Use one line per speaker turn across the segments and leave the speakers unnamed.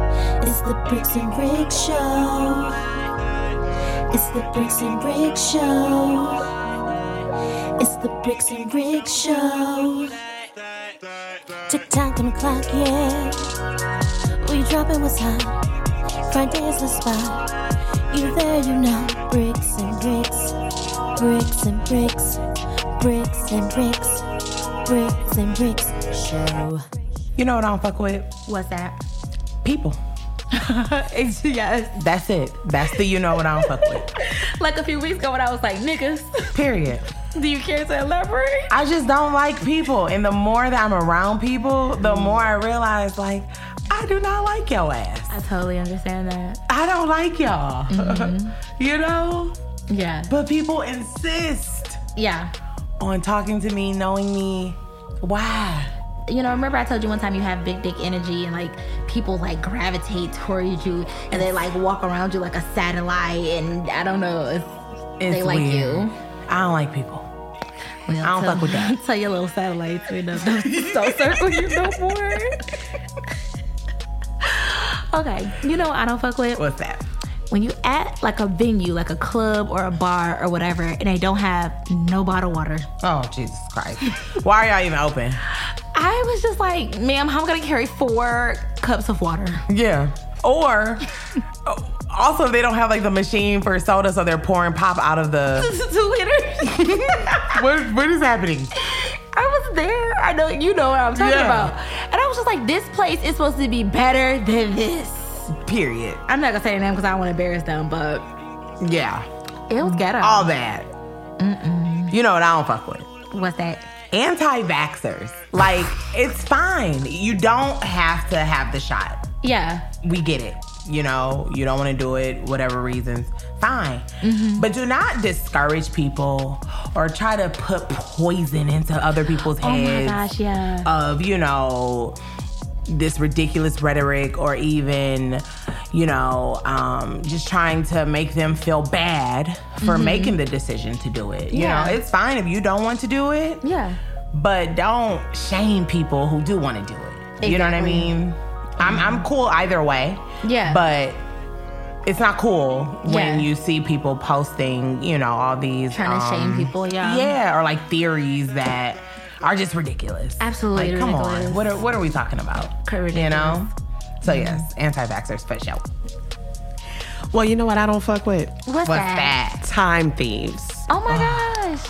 the Bricks and Brick Show. It's the Bricks and Brick Show. It's the Bricks and Brick Show. Tick tock, time clock, yeah. We dropping what's hot. Friday's the spot. You there, you know. Bricks and bricks, bricks and bricks, bricks and bricks, bricks and bricks show.
You know what I don't fuck with?
What's that?
People.
It's- yes.
That's it. That's the you know what I don't fuck with.
Like a few weeks ago when I was like, niggas,
Period.
do you care to elaborate?
I just don't like people. And the more that I'm around people, the more I realize, like, I do not like your ass.
I totally understand that.
I don't like y'all.
Mm-hmm.
you know?
Yeah.
But people insist
Yeah.
on talking to me, knowing me. Why?
You know, remember I told you one time you have big dick energy and like people like gravitate towards you and they like walk around you like a satellite and I don't know if
It's
they like
weird.
you.
I don't like people.
Well,
I don't
tell-
fuck with that.
Tell your little satellites, we know, don't, don't circle you no more. okay, you know what I don't fuck with?
What's that?
when you at like a venue, like a club or a bar or whatever, and they don't have no bottled water.
Oh, Jesus Christ. Why are y'all even open?
I was just like, ma'am, how am I gonna carry four cups of water?
Yeah. Or also they don't have like the machine for soda, so they're pouring pop out of the.
Two liters.
what, what is happening?
I was there. I know you know what I'm talking
Yeah.
about. And I was just like, this place is supposed to be better than this.
Period.
I'm not gonna say their name because I don't want to embarrass them, but
Yeah.
it was ghetto.
All that. You know what I don't fuck with.
What's that?
Anti vaxxers. Like, it's fine. You don't have to have the shot.
Yeah.
We get it. You know, you don't want to do it, whatever reasons. Fine. But do not discourage people or try to put poison into other people's
Oh my
heads.
gosh. Yeah.
of you know this ridiculous rhetoric or even you know um, just trying to make them feel bad for making the decision to do it you
Mm-hmm. Yeah.
know it's fine if you don't want to do it
yeah.
but don't shame people who do want to do it you know what i
Exactly. Mm-hmm.
mean I'm, I'm cool either way
Yeah.
but it's not cool when
Yeah.
you see people posting you know all these
Trying to
um,
shame people. Yeah.
yeah, or like theories that are just ridiculous.
Absolutely
Like, come on.
ridiculous.
What are what are we talking about?
Correct.
You know? So yes, anti-vaxxers for sure.
Well, you know what I don't fuck with?
What's,
What's
that?
that?
Time thieves.
Oh my gosh.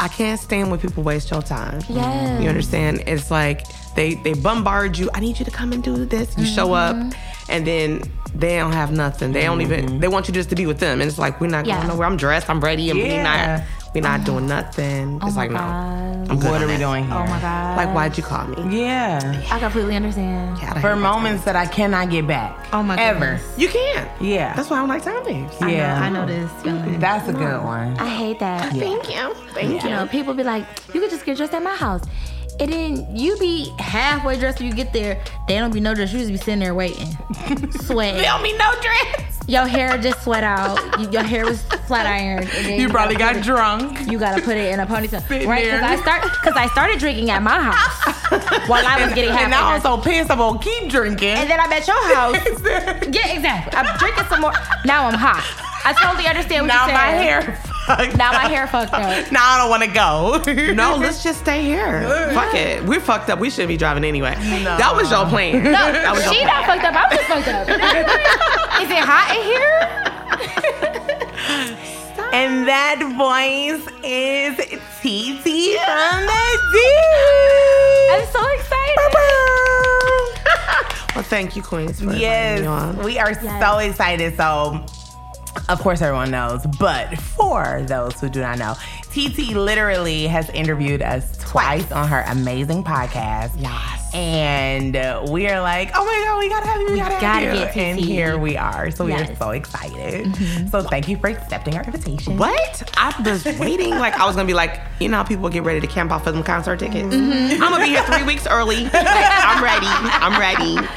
I can't stand when people waste your time.
Yes.
You understand? It's like they they bombard you. I need you to come and do this. You show up
Mm-hmm.
and then they don't have nothing. They don't
Mm-hmm.
even they want you just to be with them. And it's like we're not
Yeah. Ah.
going nowhere. I'm dressed, I'm ready, and
Yeah.
we're not we're not doing nothing. It's
Oh my
like
God.
no. I'm good
What
on
are we
that.
doing here?
Oh my god.
Like why'd you call me?
Yeah.
I completely understand.
Get out of
For
here.
moments that I cannot get back.
Oh my
Ever.
goodness.
You can't.
Yeah.
That's why I don't like time thieves.
I know-
yeah.
I know, this feeling.
That's a good one.
I hate that.
Thank you. Thank
You know, people be like, you could just get dressed at my house. And then you be halfway dressed when you get there. They don't be no dress. You just be sitting there waiting, sweating.
Tell me no dress.
Your hair just sweat out. You- Your hair was flat ironed. And then
You probably
gotta
got
put
drunk.
it- You gotta put it in a ponytail,
Sitting
right? Because
there.
I start, because I started drinking at my house while I was getting halfway.
And I
dressed.
also pissed. I'm gonna keep drinking.
And then I'm at your house. yeah, exactly. I'm drinking some more. Now I'm hot. I totally understand what
now
you're
my
saying.
hair fucked
Now my
up.
hair fucked up.
Now I don't want to go.
No, let's just stay here. Fuck it. We're fucked up. We shouldn't be driving anyway. That was your plan. No, that was your
She
plan.
not fucked up. I'm just fucked up. Is it hot in here?
And that voice is TT from the
I'm so excited.
D.
Well, thank you, Queens, for inviting me
yes,
on.
we are so excited. So, of course, everyone knows, but for those who do not know, TT literally has interviewed us twice on her amazing podcast.
Yes.
And uh, we are like, oh my God, we gotta have you, we gotta,
gotta
have you.
get
and
TT.
here we are. So, we are
Yes. Mm-hmm.
so excited. So, thank you for accepting our invitation.
What? I was waiting. Like I was gonna be like, you know, how people get ready to camp out for them concert tickets.
Mm-hmm.
I'm gonna be here three weeks early. I'm ready. I'm ready.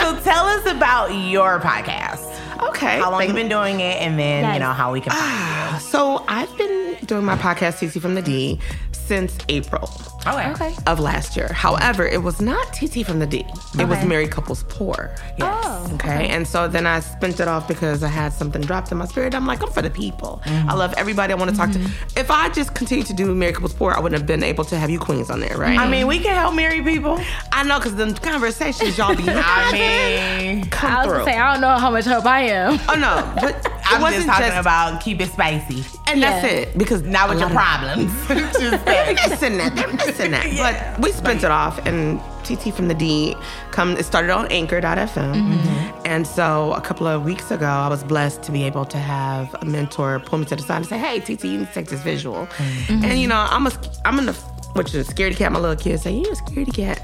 So tell us about your podcast.
Okay.
How long
thank-
you been doing it, and then
Yes.
you know how we can find you.
So I've been doing my podcast, CC from the D, since April.
Okay.
Okay.
of last year. However, it was not TT from the D. It was
Okay.
Married Couples Poor.
Yes.
Oh.
Okay. And so then I spent it off because I had something dropped in my spirit. I'm like, I'm for the people. I love everybody. I want to talk to. If I just continued to do Married Couples Poor, I wouldn't have been able to have you queens on there, right?
I mean, we can help married people.
I know because the conversations y'all be
I
having
mean,
come
I was
through.
gonna say I don't know how much help I am.
oh no, but I
I'm
wasn't
just talking about keep it spicy.
and that's
Yeah.
it because
Not with
a
your
lot of-
problems. Just that.
They're missing that. They're missing that.
Yeah.
But we spent it off, and TT from the D come. It started on Anchor.fm, and so a couple of weeks ago, I was blessed to be able to have a mentor pull me to the side and say, "Hey, TT, you need to take this visual." And you know, I'm a, sc- I'm in the, which is a scaredy cat. My little kid say, "You a scaredy cat."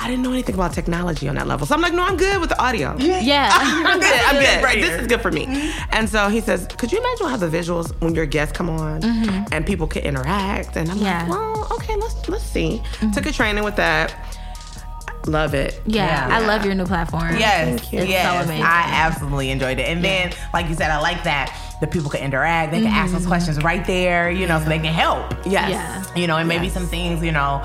I didn't know anything about technology on that level. So I'm like, no, I'm good with the audio.
Yeah.
I'm good. I'm good. Right.
Right
This
here.
is good for me.
Mm-hmm.
And so he says, Could you imagine we'll have the visuals when your guests come on
Mm-hmm.
and people can interact? And I'm
Yeah.
like, Well, okay, let's let's see. Took a training with that. Love it.
yeah.
Mm-hmm. Yeah.
I love your new platform.
Yes,
Thank you.
It's
yes,
so amazing.
I absolutely enjoyed it. And then, like you said, I like that the people can interact. They can ask us questions right there, you know, so they can help.
Yes.
Mm-hmm. Yeah.
You know, and maybe some things, you know,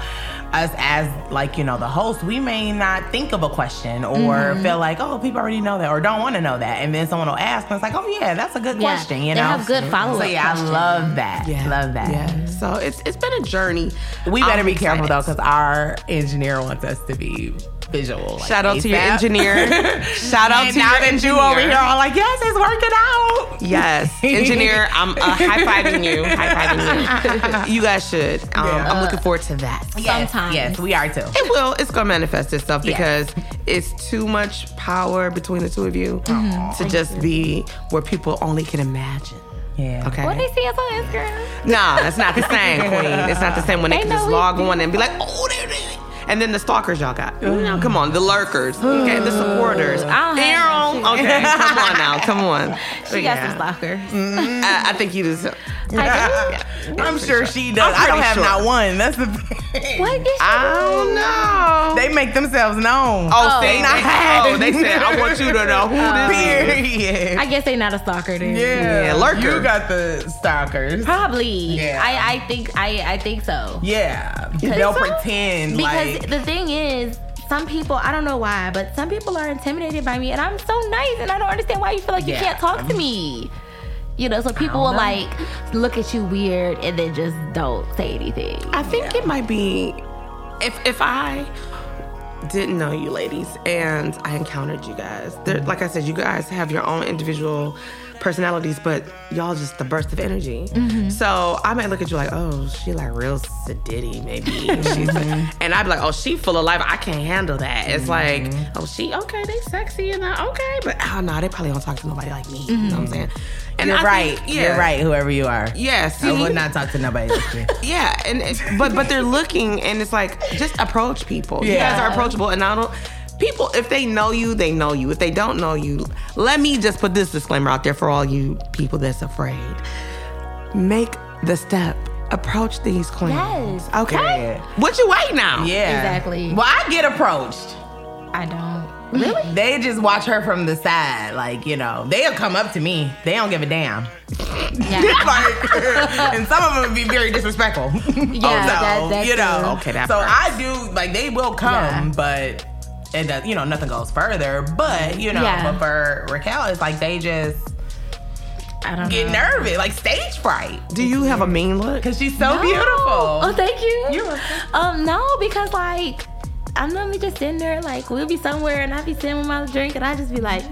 us as like, you know, the host, we may not think of a question or
Mm-hmm.
feel like, oh, people already know that or don't want to know that. And then someone will ask and it's like, oh, yeah, that's a good
Yeah.
question, you
They
know?
have good follow-up
So, yeah,
questions.
I love that.
Yeah.
Love that.
Yeah. So it's it's been a journey.
We better
I'm
be careful though,
excited.
because our engineer wants us to be visual. like,
Shout out to your
ASAP.
engineer. Shout out
and
to
now
your
that
engineer.
you over here are like, yes, it's working out.
Yes, engineer, I'm uh, high fiving you. High fiving you. You guys should. Um,
Yeah.
I'm looking forward to that.
Yes,
Sometimes.
yes, we are too.
It will. It's gonna manifest itself
Yeah.
because it's too much power between the two of you to just be where people only can imagine.
Yeah.
Okay.
What they see us on Instagram.
Nah, it's not the same, Queen. It's not the same when they,
They
can just
know we-
log on and be like, oh, there they and then the stalkers y'all got. No, come on, the lurkers, okay, the supporters.
I don't have
Ew, okay, come on now, come on.
She
But
got
yeah,
some stalkers.
Mm.
I, I think you just.
I
I'm sure she does.
I'm
I don't
pretty
have
sure.
not one. That's the thing.
do. What is she
I don't know.
They make themselves known.
oh,
Oh.
see, they, oh, they said I want you to know who this is.
period.
I guess they not a stalker then.
yeah.
Yeah, lurker.
You got the stalkers.
Probably.
Yeah.
I, I think I, I think so.
Yeah. They'll
so?
pretend
Because
like.
the thing is, some people I don't know why, but some people are intimidated by me and I'm so nice and I don't understand why you feel like you
Yeah.
can't talk to me. You know, so people will
know.
like look at you weird and then just don't say anything.
I think it might be if if I didn't know you ladies and I encountered you guys. There, like I said, you guys have your own individual personalities, but y'all just the burst of energy.
Mm-hmm.
So I might look at you like, oh, she like real sedity maybe. She's
Mm-hmm.
and I'd be like, oh, she full of life. I can't handle that. It's like, oh, she okay, they sexy and uh, okay, but oh no, they probably don't talk to nobody like me. You know what I'm saying?
Mm-hmm.
And
You're
I think-
right. You're right, whoever you are.
Yeah, see,
I would not talk to nobody else.
yeah, and it- but but they're looking, and it's like just approach people. You guys
Yeah.
are approachable, and I don't. People, if they know you, they know you. If they don't know you, let me just put this disclaimer out there for all you people that's afraid. Make the step. Approach these queens.
Yes.
Okay.
Period.
What you wait now?
Yeah.
Exactly.
Well, I get approached.
I don't. Really?
They just watch her from the side. Like, you know, they'll come up to me. They don't give a damn.
Yeah.
like, and some of them be very disrespectful. Yeah,
that- that
you know.
too. Okay, that
so
part.
I do like they will come,
Yeah.
but and uh, you know nothing goes further. But you know,
Yeah.
but for Raquel, it's like they just
I don't
get
know.
nervous, like stage fright,
Do you have a mean look?
because she's so
No.
beautiful.
Oh, thank you.
You're welcome.
Um, no, because like I'm normally just sitting there, like we'll be somewhere, and I'll be sitting with my drink, and I just be like,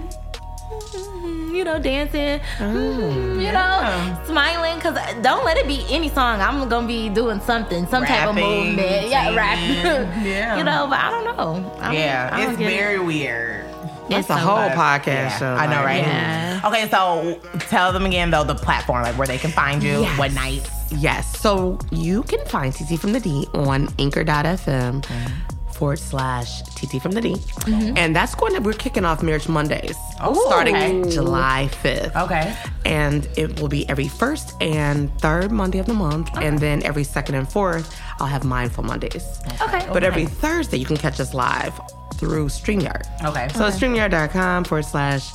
mm, you know, dancing, mm, you
yeah.
know, smiling, cause don't let it be any song. I'm gonna be doing something, some type of
Rapping,
movement, yeah, rap,
singing, yeah.
you know. But I don't know. I don't- I
yeah,
don't
it's
get it.
very weird.
It's
a
so
whole
much.
podcast
Yeah,
show.
I know,
like-
right?
Yeah.
Okay, so tell them again though the platform, like where they can find you,
Yes.
what night.
Yes. So you can find TT from the D on anchor.fm forward slash TT from the D.
Mm-hmm.
And that's going to, we're kicking off Marriage Mondays
Oh,
starting
okay.
July 5th.
Okay.
And it will be every first and third Monday of the month. And then every second and fourth, I'll have Mindful Mondays.
Okay.
But every Thursday, you can catch us live through StreamYard.
Okay.
So StreamYard.com forward slash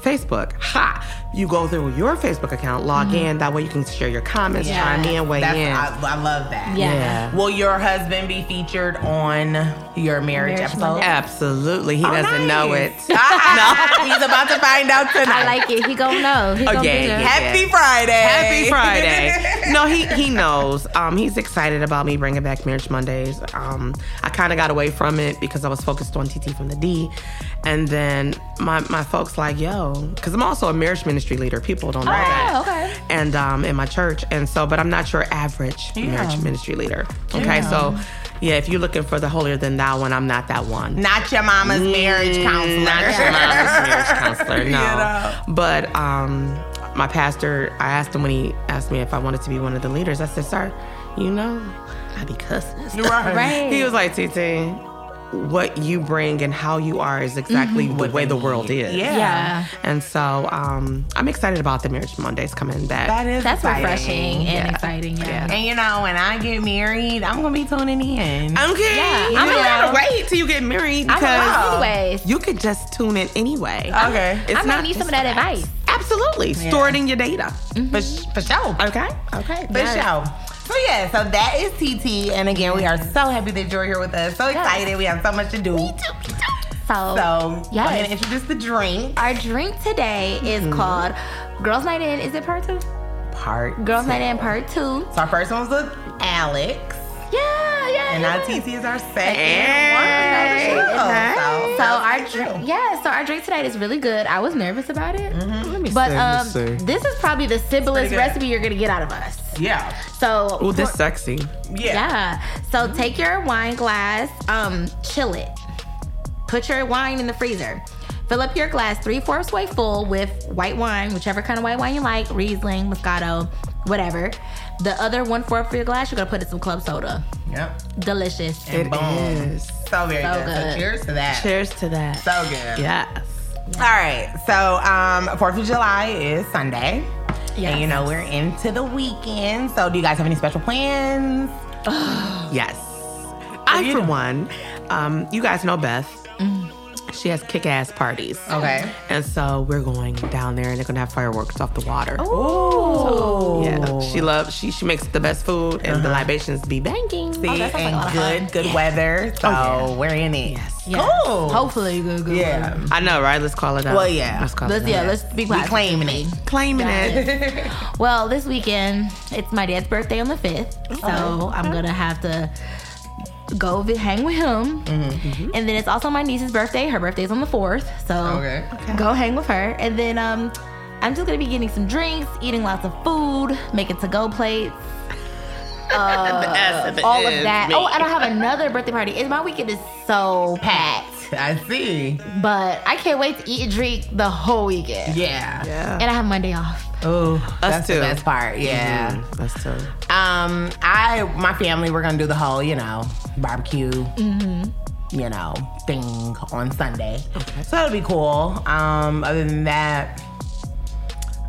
Facebook. Ha! You go through your Facebook account, log in. That way you can share your comments,
Yeah.
chime in, weigh
That's,
in.
I, I love that.
Yeah.
Will your husband be featured on your marriage,
Marriage
episode?
Monday.
Absolutely. He
Oh,
doesn't know it.
nice. no, he's about to find out tonight.
I like it. He gonna know. He gonna
yeah,
be there.
yeah.
Happy Friday.
Happy Friday. no, he he knows. Um, he's excited about me bringing back Marriage Mondays. Um, I kind of got away from it because I was focused on TT from the D, and then my my folks like yo, because I'm also a marriage ministry leader. People don't know that.
Oh, okay.
And um, in my church, and so, but I'm not your average marriage ministry leader. Okay, so yeah, if you're looking for the holier than thou one, I'm not that one.
Not your mama's marriage counselor.
Mm, Not your mama's marriage counselor, no.
You know.
But um, my pastor, I asked him when he asked me if I wanted to be one of the leaders. I said, "Sir, you know, I be cussing." and stuff."
Right.
Right.
He was like, "TT, what you bring and how you are is exactly
Mm-hmm.
the way the world is."
Yeah.
yeah.
And so um, I'm excited about the Marriage Mondays coming back.
That is
That's
exciting.
refreshing and exciting. Yeah.
And you know, when I get married, I'm gonna be tuning in.
okay.
Yeah,
I'm
I'm
gonna
around.
wait till you get married
I'm
because
around.
gonna anyways.
you could just tune in anyway.
Okay.
It's
I might
not-
need some of that Mm-hmm. advice.
Absolutely. Store it in your data.
For, sh- for sure.
Okay. Okay.
For sure. So yeah, so that is TT, and again, we are so happy that you're here with us. So excited, we have so much to do.
So,
So
yes.
go ahead and introduce the drink.
Our drink today is
Mm-hmm.
called Girls Night In. Is it part two?
Part
Girls Night In Part Two.
So our first one was with Alex,
Yeah, yeah.
and now
yeah.
TT is our second
Hey.
one. on the show.
Hey.
So,
So our drink, yeah. So our drink tonight is really good. I was nervous about it,
Mm-hmm.
but um, this is probably the simplest
good.
recipe you're gonna get out of us.
yeah,
So
Ooh, this sexy.
yeah, Mm-hmm.
yeah. So take your wine glass, um, chill it. Put your wine in the freezer. Fill up your glass three fourths way full with white wine, whichever kind of white wine you like, Riesling, Moscato, whatever. The other one fourth of your glass, you're gonna put in some club soda.
yep.
Delicious.
And
It
boom.
is.
So very
So
good. So
good.
cheers to that.
Cheers to that.
So good.
yes.
All right. So, um, Fourth of July is Sunday.
Yes.
And you know we're into the weekend. So, do you guys have any special plans?
Yes. I,
you
for
doing?
one, um, you guys know Beth.
Mm.
She has kick ass parties.
Okay.
And so we're going down there and they're gonna have fireworks off the water.
Oh.
Ooh.
Yeah. She loves she she makes the best food and the libations be banging.
See,
that sounds like a lot
and
of
good,
Oh,
good weather. So we're in it.
Yes.
Yeah.
Cool.
Hopefully, good, good.
Yeah.
good.
I know, right? Let's call it out.
Well, yeah.
Let's call
Let's
it
yeah,
out.
let's be
We
positive.
claiming it.
claiming it.
Well, this weekend it's my dad's birthday on the fifth, so I'm gonna have to go vi- hang with him.
Mm-hmm,
And then it's also my niece's birthday. Her birthday's on the fourth, so
Okay.
go hang with her. And then um, I'm just gonna be getting some drinks, eating lots of food, making to-go plates.
Yes, if it
All of
is
that.
me.
Oh, and I have another birthday party. It's, my weekend is so packed,
I see.
but I can't wait to eat and drink the whole weekend.
Yeah.
yeah.
And I have Monday off.
Ooh. Oh, that's the
too.
best part. Yeah.
Mm, That's too.
Um, I my family we're gonna do the whole, you know, barbecue, you know, thing on Sunday. So it'll be cool. Um, other than that,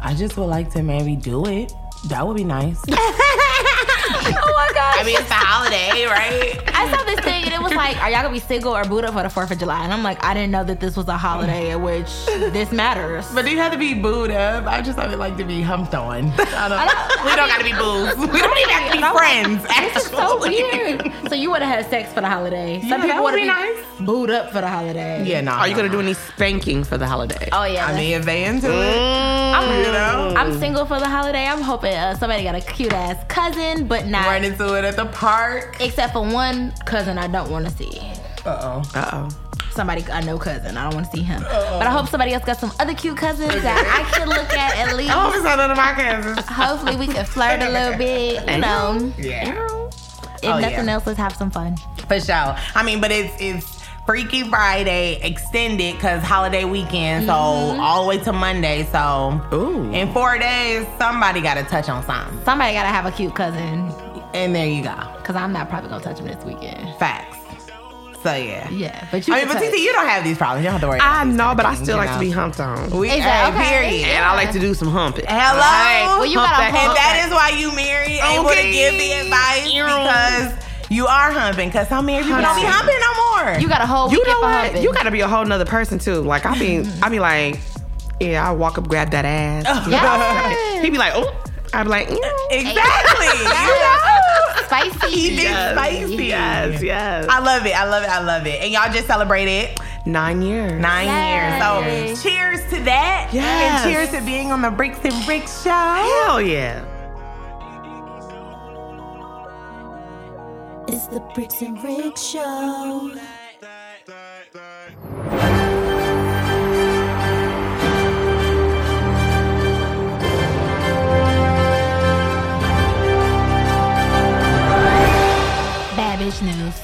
I just would like to maybe do it. That would be nice.
oh my gosh.
I mean, it's the holiday, right?
I saw this thing and it was like, are y'all gonna be single or booed up for the Fourth of July? And I'm like, I didn't know that this was a holiday in which this matters.
But do you have to be booed up? I just would like to be humped on. I don't,
don't-
we
I
don't
mean-
gotta be booed. We don't even have to be friends.
This is so
actually.
weird. So you would have had sex for the holiday. Some
Yeah, that
people
would
would
be
have
nice.
been booed up for the holiday.
Yeah, no.
Are you gonna do any spanking for the holiday?
Oh yeah.
I mean, if they into it,
I'm,
you know.
I'm single for the holiday. I'm hoping uh, somebody got a cute ass cousin, but not
Run into it at the park.
except for one cousin I don't want to see.
Uh oh.
Uh oh.
Somebody I know cousin. I don't want to see him. But I hope somebody else got some other cute cousins that I can look at at least.
I hope it's not none of my cousins.
Hopefully we can flirt a little bit, you know.
Yeah.
If
Oh,
nothing
yeah.
else, let's have some fun.
For sure. I mean, but it's it's Freaky Friday extended because holiday weekend, so
Mm-hmm.
all the way to Monday. So
Ooh.
in four days, somebody got to touch on something,
Somebody gotta have a cute cousin,
and there you go.
cause I'm not probably gonna touch him this weekend.
Facts. So yeah.
Yeah, but you.
I mean,
can
but
touch-
TT, you don't have these problems. You don't have to worry.
I
about these
know, but I
things,
still
you
like
know.
to be humped on.
We,
Is
hey,
that okay?
period.
And I like to do some humping.
Hello.
Well, you
Hump
gotta
that-
and
hump
that is why you married able to
Okay.
give the advice because you are humping. Because some married people don't be
Honey.
humping no more.
You got a whole
You
weekend
know
for
what?
humping.
You gotta be a whole nother person too. Like I mean, I mean, like Yeah, I walk up, grab that ass.
Yes.
He'd be like, oh. I'd be like, mm.
Exactly.
Spicy.
He did spicy.
yes, yes.
I love it. I love it. I love it. And y'all just celebrated
Nine years.
nine
Yay.
years. So cheers to that.
Yes.
And cheers to being on the Bricks and Bricks show.
Hell yeah.
It's the Bricks and Bricks Show.
Bad bitch news.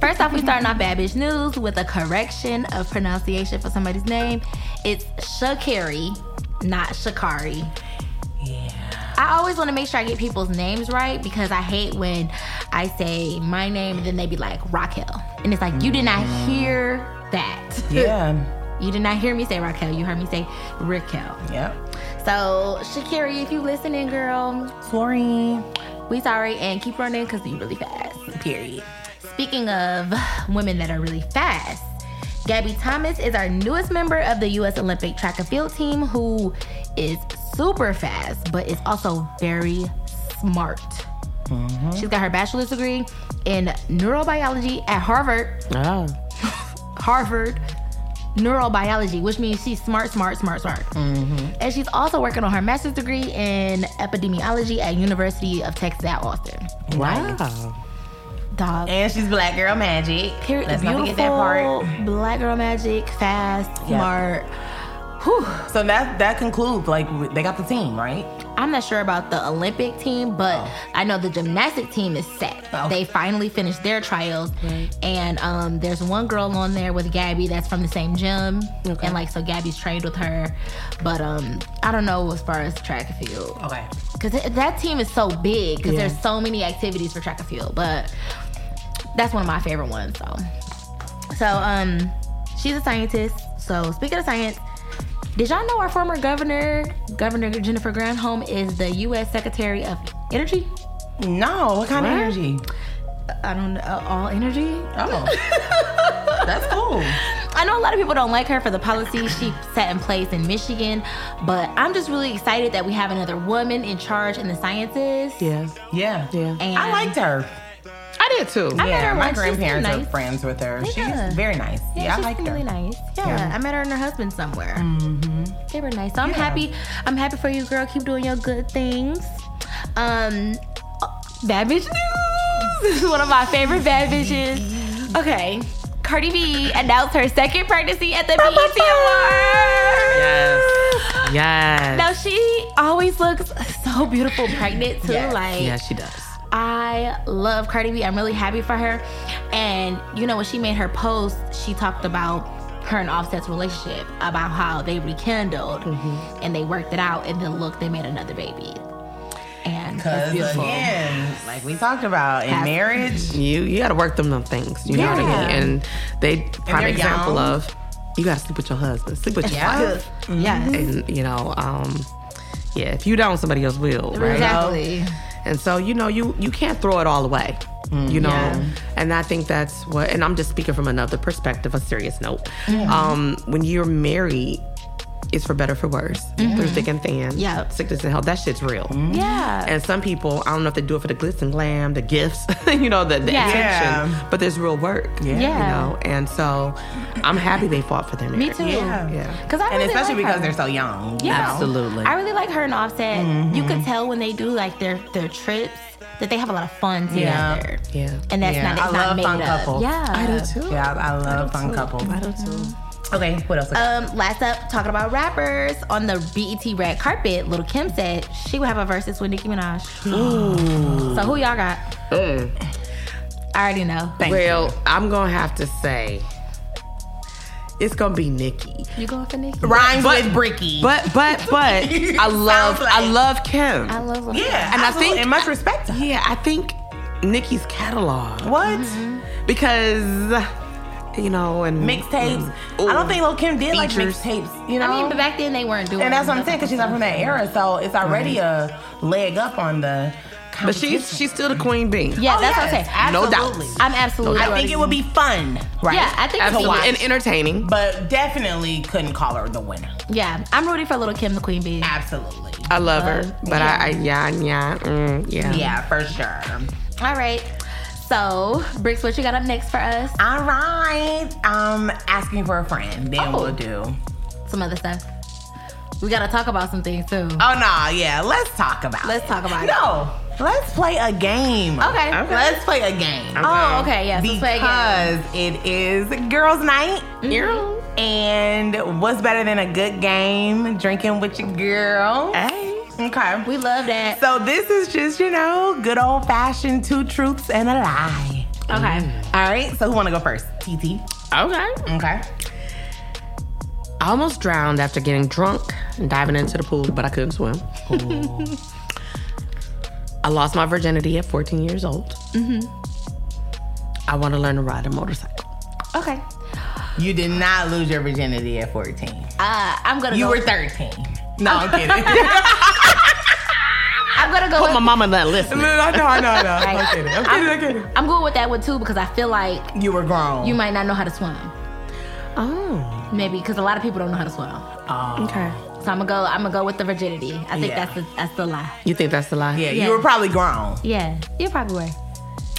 First off, we starting off bad bitch news with a correction of pronunciation for somebody's name. It's Shakari, not Shakari.
Yeah.
I always want to make sure I get people's names right because I hate when I say my name and then they be like Raquel, and it's like you did not hear that.
Yeah.
You did not hear me say Raquel. You heard me say Raquel.
Yep.
So Shakari, if you listening, girl,
Sorry.
we sorry and keep running because you really fast.
Period.
Speaking of women that are really fast, Gabby Thomas is our newest member of the U.S. Olympic track and field team who is super fast, but is also very smart. She's got her bachelor's degree in neurobiology at Harvard.
Oh.
Harvard neurobiology, which means she's smart, smart, smart, smart. And she's also working on her master's degree in epidemiology at University of Texas at Austin.
Wow.
Dog.
And she's Black Girl Magic.
Period.
Let's not
Beautiful,
forget that part.
Black girl magic, fast,
Yeah.
smart. Whew.
So that that concludes. Like w- they got the team right.
I'm not sure about the Olympic team, but I know the gymnastic team is set.
Oh.
They finally finished their trials, and um, there's one girl on there with Gabby that's from the same gym, and like so Gabby's trained with her. But um, I don't know as far as track and field.
Okay.
Because that team is so big, because there's so many activities for track and field, but that's one of my favorite ones, so. So, um, she's a scientist. So, speaking of science, did y'all know our former governor, Governor Jennifer Granholm, is the U.S. Secretary of Energy?
No, what kind of
What?
energy?
I don't know, all energy?
Oh, that's cool.
I know a lot of people don't like her for the policies she set in place in Michigan, but I'm just really excited that we have another woman in charge in the sciences.
Yeah.
Yeah,
Yeah.
And
I liked her.
I did too.
I met
yeah,
her
my
once. She seemed
grandparents are
nice.
friends with her.
Yeah.
She's very nice. Yeah, I
she's
liked her. Mm-hmm.
really nice. Yeah, I met her and her husband somewhere. They were nice. So I'm happy. I'm happy for you, girl. Keep doing your good things. Um, oh, bad bitch news. This is one of my favorite bad bitches. Okay, Cardi B announced her second pregnancy at the E BET Awards.
Yes. Yes.
Now she always looks so beautiful pregnant too.
Yes.
Like
yeah, she does.
I love Cardi B. I'm really happy for her. And you know, when she made her post, she talked about her and Offset's relationship, about how they rekindled
Mm-hmm.
and they worked it out, and then look, they made another baby. And it's
Because
beautiful.
again, like we talked about in
Have-
marriage,
You you gotta work them them things. You know what I
Yeah.
mean? And they prime
they're
example
young.
of you gotta sleep with your husband. Sleep with your
Yeah.
wife.
Yes.
And you know, um, yeah, if you don't, somebody else will, right?
Exactly.
And so, you know, you you can't throw it all away. You know,
Mm, Yeah.
and I think that's what. And I'm just speaking from another perspective, a serious note.
Mm.
Um, when you're married, it's for better, for worse, through thick and thin,
Yep.
sickness and health. That shit's real.
Mm-hmm. Yeah.
And some people, I don't know if they do it for the glitz and glam, the gifts, you know, the, the
Yeah.
attention,
Yeah.
but there's real work. Yeah.
Yeah.
You know, and so I'm happy they fought for their marriage.
Me too.
Yeah.
Yeah.
Cause I
and
really
especially
like
because
her.
they're so young. you
Yeah.
know?
Absolutely.
I really like her and Offset. You
Mm-hmm.
could tell when they do like their their trips that they have a lot of fun
Yeah.
together.
Yeah.
And that's
Yeah.
not it's
I
not
love
made
fun
up.
couples.
Yeah.
too.
Yeah, I, I love fun couples.
I do too.
Okay, what else?
Um, last up, talking about rappers on the BET red carpet, Little Kim said she would have a versus with Nicki Minaj. Ooh. So who y'all got?
Mm.
I already know.
Thank
well, I'm going to have to say it's going to be Nikki.
You going for Nicki?
Rhymes
but-
with Bricky.
But, but, but I love, I love Kim.
I love Lil
yeah,
and I
absolutely,
think-
and much respect. To her.
yeah, I think Nikki's catalog. Mm-hmm.
What
Because, you know, and
mixtapes?
Ooh.
I don't think Lil Kim did
Features.
like mixtapes. You know,
I mean, but back then they weren't doing
And that's what I'm
it.
saying, because she's not from that era, so it's already a leg up on the
But she's she's still the queen bee.
Yeah, that's what I'm
Oh, yes,
saying.
No doubt.
Absolutely.
I'm absolutely.
I think it would be fun, right?
Yeah, I think
to
so.
watch.
Absolutely. And entertaining.
but definitely couldn't call her the winner.
Yeah, I'm rooting for Little Kim, the Queen Bee.
Absolutely.
I love her. But I, I yeah, yeah, mm, yeah.
Yeah, for sure.
All right. So, Bricks, what you got up next for us?
All right. Um, asking for a friend. Then
Oh.
we'll do.
Some other stuff. We gotta talk about some things too.
Oh no, yeah. Let's talk about.
Let's
it.
talk about it.
No, let's play a game.
Okay.
Okay.
Let's play a game.
Oh, okay. Yes. Let's play again.
because it is girls' night.
Girl.
Mm-hmm.
And what's better than a good game? Drinking with your girl.
Hey.
Okay.
We love that.
So this is just, you know, good old fashioned two truths and a lie.
okay.
All right. So who want to go first? TT.
Okay.
Okay.
I almost drowned after getting drunk and diving into the pool, but I couldn't swim. I lost my virginity at 14 years old. I want to learn to ride a motorcycle.
Okay.
You did not lose your virginity at 14.
Uh, I'm gonna.
You
go,
were 13. No, I'm kidding.
I'm gonna go.
Put my
With,
mama on that list.
no, no, no, no. I'm kidding. I'm kidding. I'm kidding.
I'm going with that one too because I feel like
You were grown.
you might not know how to swim.
Oh,
Maybe because a lot of people don't know how to swim.
Oh.
okay.
So I'm gonna go. I'm gonna go with the virginity. I think
Yeah.
that's the that's the lie.
You think that's the lie?
Yeah,
Yeah.
you were probably grown.
Yeah, you probably were.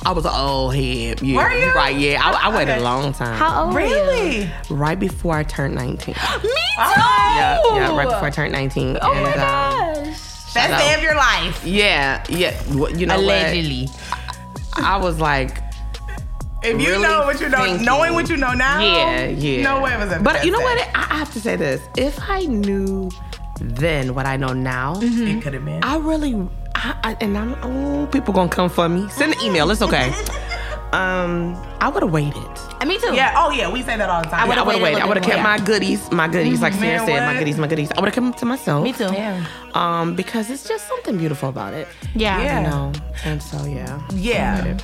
I was an old head. Yeah.
Were you?
Right, yeah. I, I waited
Okay.
a long time.
How old? were you?
Really?
Right before I turned 19.
Me too.
yeah, yeah, right before I turned 19.
Oh my
and, um,
gosh.
That's
Shout
the end
out.
of your life.
yeah, yeah. Wh- You know
Allegedly.
what? I was like,
If you
Really
know what you know,
thinking.
knowing what you know now.
Yeah, yeah.
Um, No way was it.
But you know what? I I have to say this. If I knew then what I know now,
It could have been.
I really, I, I, and I'm, oh, people gonna come for me. Send an email. It's okay. Um, I would have waited.
Uh, Me too.
Yeah. Oh yeah. We say that all the time.
I
would've
would
waited
have
a
waited.
little
I would have
bit
kept
more.
my goodies, my goodies, like Sarah
Man,
said, my
what?
goodies, my goodies. I would have kept them to myself.
Me too.
Yeah.
Um, because it's just something beautiful about it.
Yeah.
Yeah.
You know. And so yeah.
Yeah.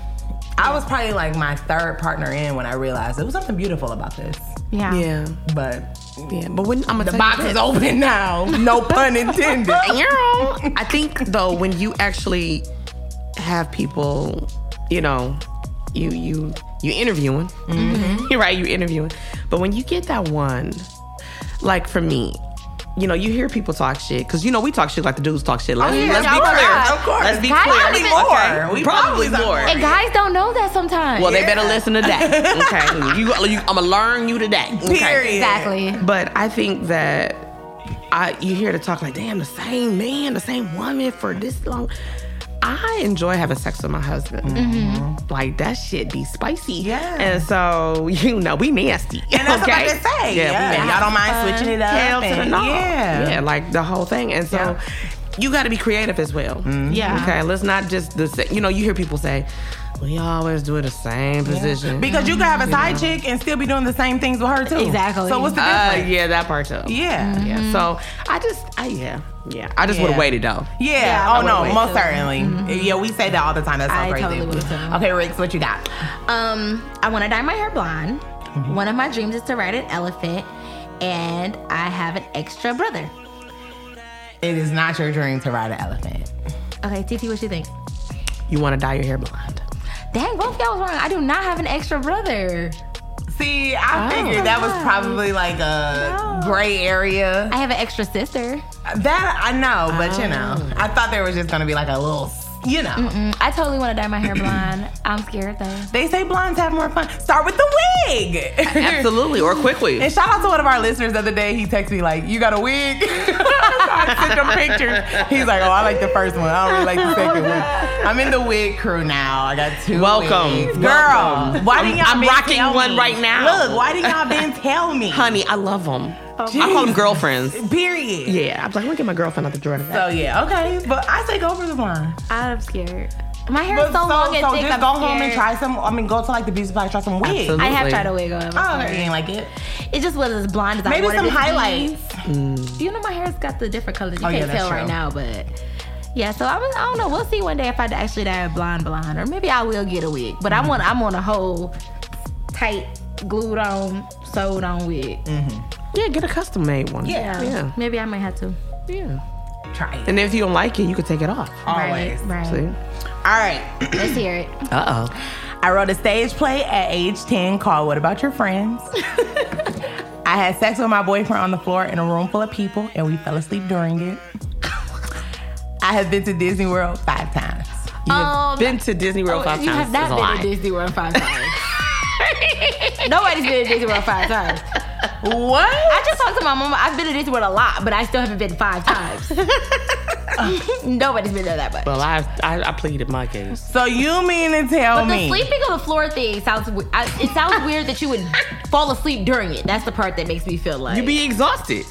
I was probably like my third partner in when I realized there was something beautiful about this.
Yeah.
Yeah.
But
Yeah. But when I'm gonna
the box is open now. No pun intended.
you know, I think though when you actually have people, you know, you you you interviewing,
Mm-hmm.
you're right, you interviewing. But when you get that one, like for me, you know, you hear people talk shit because you know we talk shit like the dudes talk shit. Let's,
Oh, yeah,
let's
of
be
course,
clear.
of course.
Let's be
Guys
clear.
probably
more. We probably
probably
talk
more.
more.
And guys don't know that sometimes.
Well, they better listen to that. Okay, you, you, I'm gonna learn you today. Okay?
Period.
exactly.
But I think that I you hear the talk like, damn, the same man, the same woman for this long. I enjoy having sex with my husband. Like that shit be spicy.
Mm-hmm. Yeah.
And so you know we nasty.
And that's
okay?
what I say.
Yeah.
Yeah.
We nasty.
Y'all don't mind switching it up.
Hell to the
and-
no.
Yeah.
Yeah. Like the whole thing. And so
Yeah. Mm-hmm.
you got to be creative as well.
Yeah.
Okay. Let's not just the sa- you know you hear people say we always do the same position.
Because you could have a side chick and still be doing the same things with her too.
Exactly. Mm-hmm.
So what's the
Uh,
difference?
yeah, that part too.
yeah. Yeah.
Yeah. So I just, I yeah, Mm-hmm. yeah. I just would
Yeah.
have waited though.
Yeah,
oh
I
no,
would
most certainly. Yeah, we say that all the time. That's so
Mm-hmm. I
crazy.
totally would too.
okay, Ricks, what you got?
Um, I want to dye my hair blonde.
Mm-hmm.
One of my dreams is to ride an elephant, and I have an extra brother.
It is not your dream to ride an elephant.
Okay, TT, what you think?
You want to dye your hair blonde.
Dang, both y'all was wrong. I do not have an extra brother.
See, I figured that was probably like a
Oh, No.
gray area.
I have an extra sister.
That I know, but you
Oh.
know, I thought there was just gonna be like a little, s- you know.
Mm, I totally want to dye my hair blonde. I'm scared though.
They say blondes have more fun. Start with the wig.
Absolutely, or quickly.
And shout out to one of our listeners the other day. He texted me like, "You got a wig?" so I sent him pictures. He's like, "Oh, I like the first one. I don't really like the second one. I'm in the wig crew now. I got two.
Welcome.
wigs. girl.
Welcome.
Why didn't y'all?
I'm
been
rocking
tell
one
me?
right now.
Look, why didn't y'all been tell me?
Honey, I love them. I call them girlfriends.
Period.
Oh, Yeah, I was like, I'm gonna get my girlfriend out the drawer.
So yeah, okay. But I say go for the blonde.
I'm scared. My hair is
But
so, long and
so
thick.
just
I'm
go home and
scared.
try some. I mean, go to like the beauty supply, try some wigs.
Absolutely.
I have tried a wig on.
Oh, you ain't like it.
It just wasn't as blonde as I
Maybe
wanted
some
it to be.
highlights.
You know, my hair's got the different colors. You
Oh, yeah,
can't
that's
tell right
true.
now, but yeah. So I, was, I don't know. We'll see one day if I actually dye a blonde blonde, or maybe I will get a wig. But I'm on I'm on a whole tight, glued on, sewed on wig.
Yeah, get a custom made one.
Yeah.
yeah,
Maybe I might have to.
yeah. Oh.
Try it.
And if you don't like it, you could take it off.
Always.
Right. right.
See?
All right.
Let's hear it.
Uh oh.
I wrote a stage play at age 10 called What About Your Friends? I had sex with my boyfriend on the floor in a room full of people and we fell asleep during it. I have been to Disney World five times.
You have
Um,
been to Disney World
Oh,
five
you have
times.
not
is a
been
lie.
to Disney World five times. Nobody's been to Disney World five times. I
What?
just talked to my mama. I've been to Disney World a lot, but I still haven't been five times. Nobody's been there that much.
Well, I, I I pleaded my case.
So you mean to tell
But the
me?
sleeping on the floor thing sounds. we- I, it sounds weird that you would fall asleep during it. That's the part that makes me feel like
You be exhausted.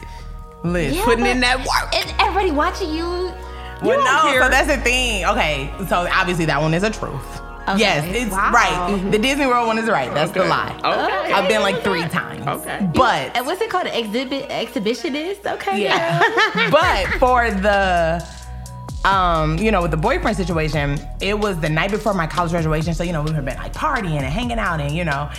Listen.
Yeah,
putting in
but-
that work.
and everybody watching you.
Well,
You don't
no, so
care.
that's the thing. Okay, so obviously that one is a truth.
Okay,
Yes, it's
wow. Mm-hmm.
right. The Disney World one is right. That's the
Okay.
lie.
Okay.
I've been like three times.
Okay.
But
And what's it called? An exhibit exhibitionist. Okay.
Yeah. but for the um, you know, with the boyfriend situation, it was the night before my college graduation. So, you know, we had been like partying and hanging out and, you know,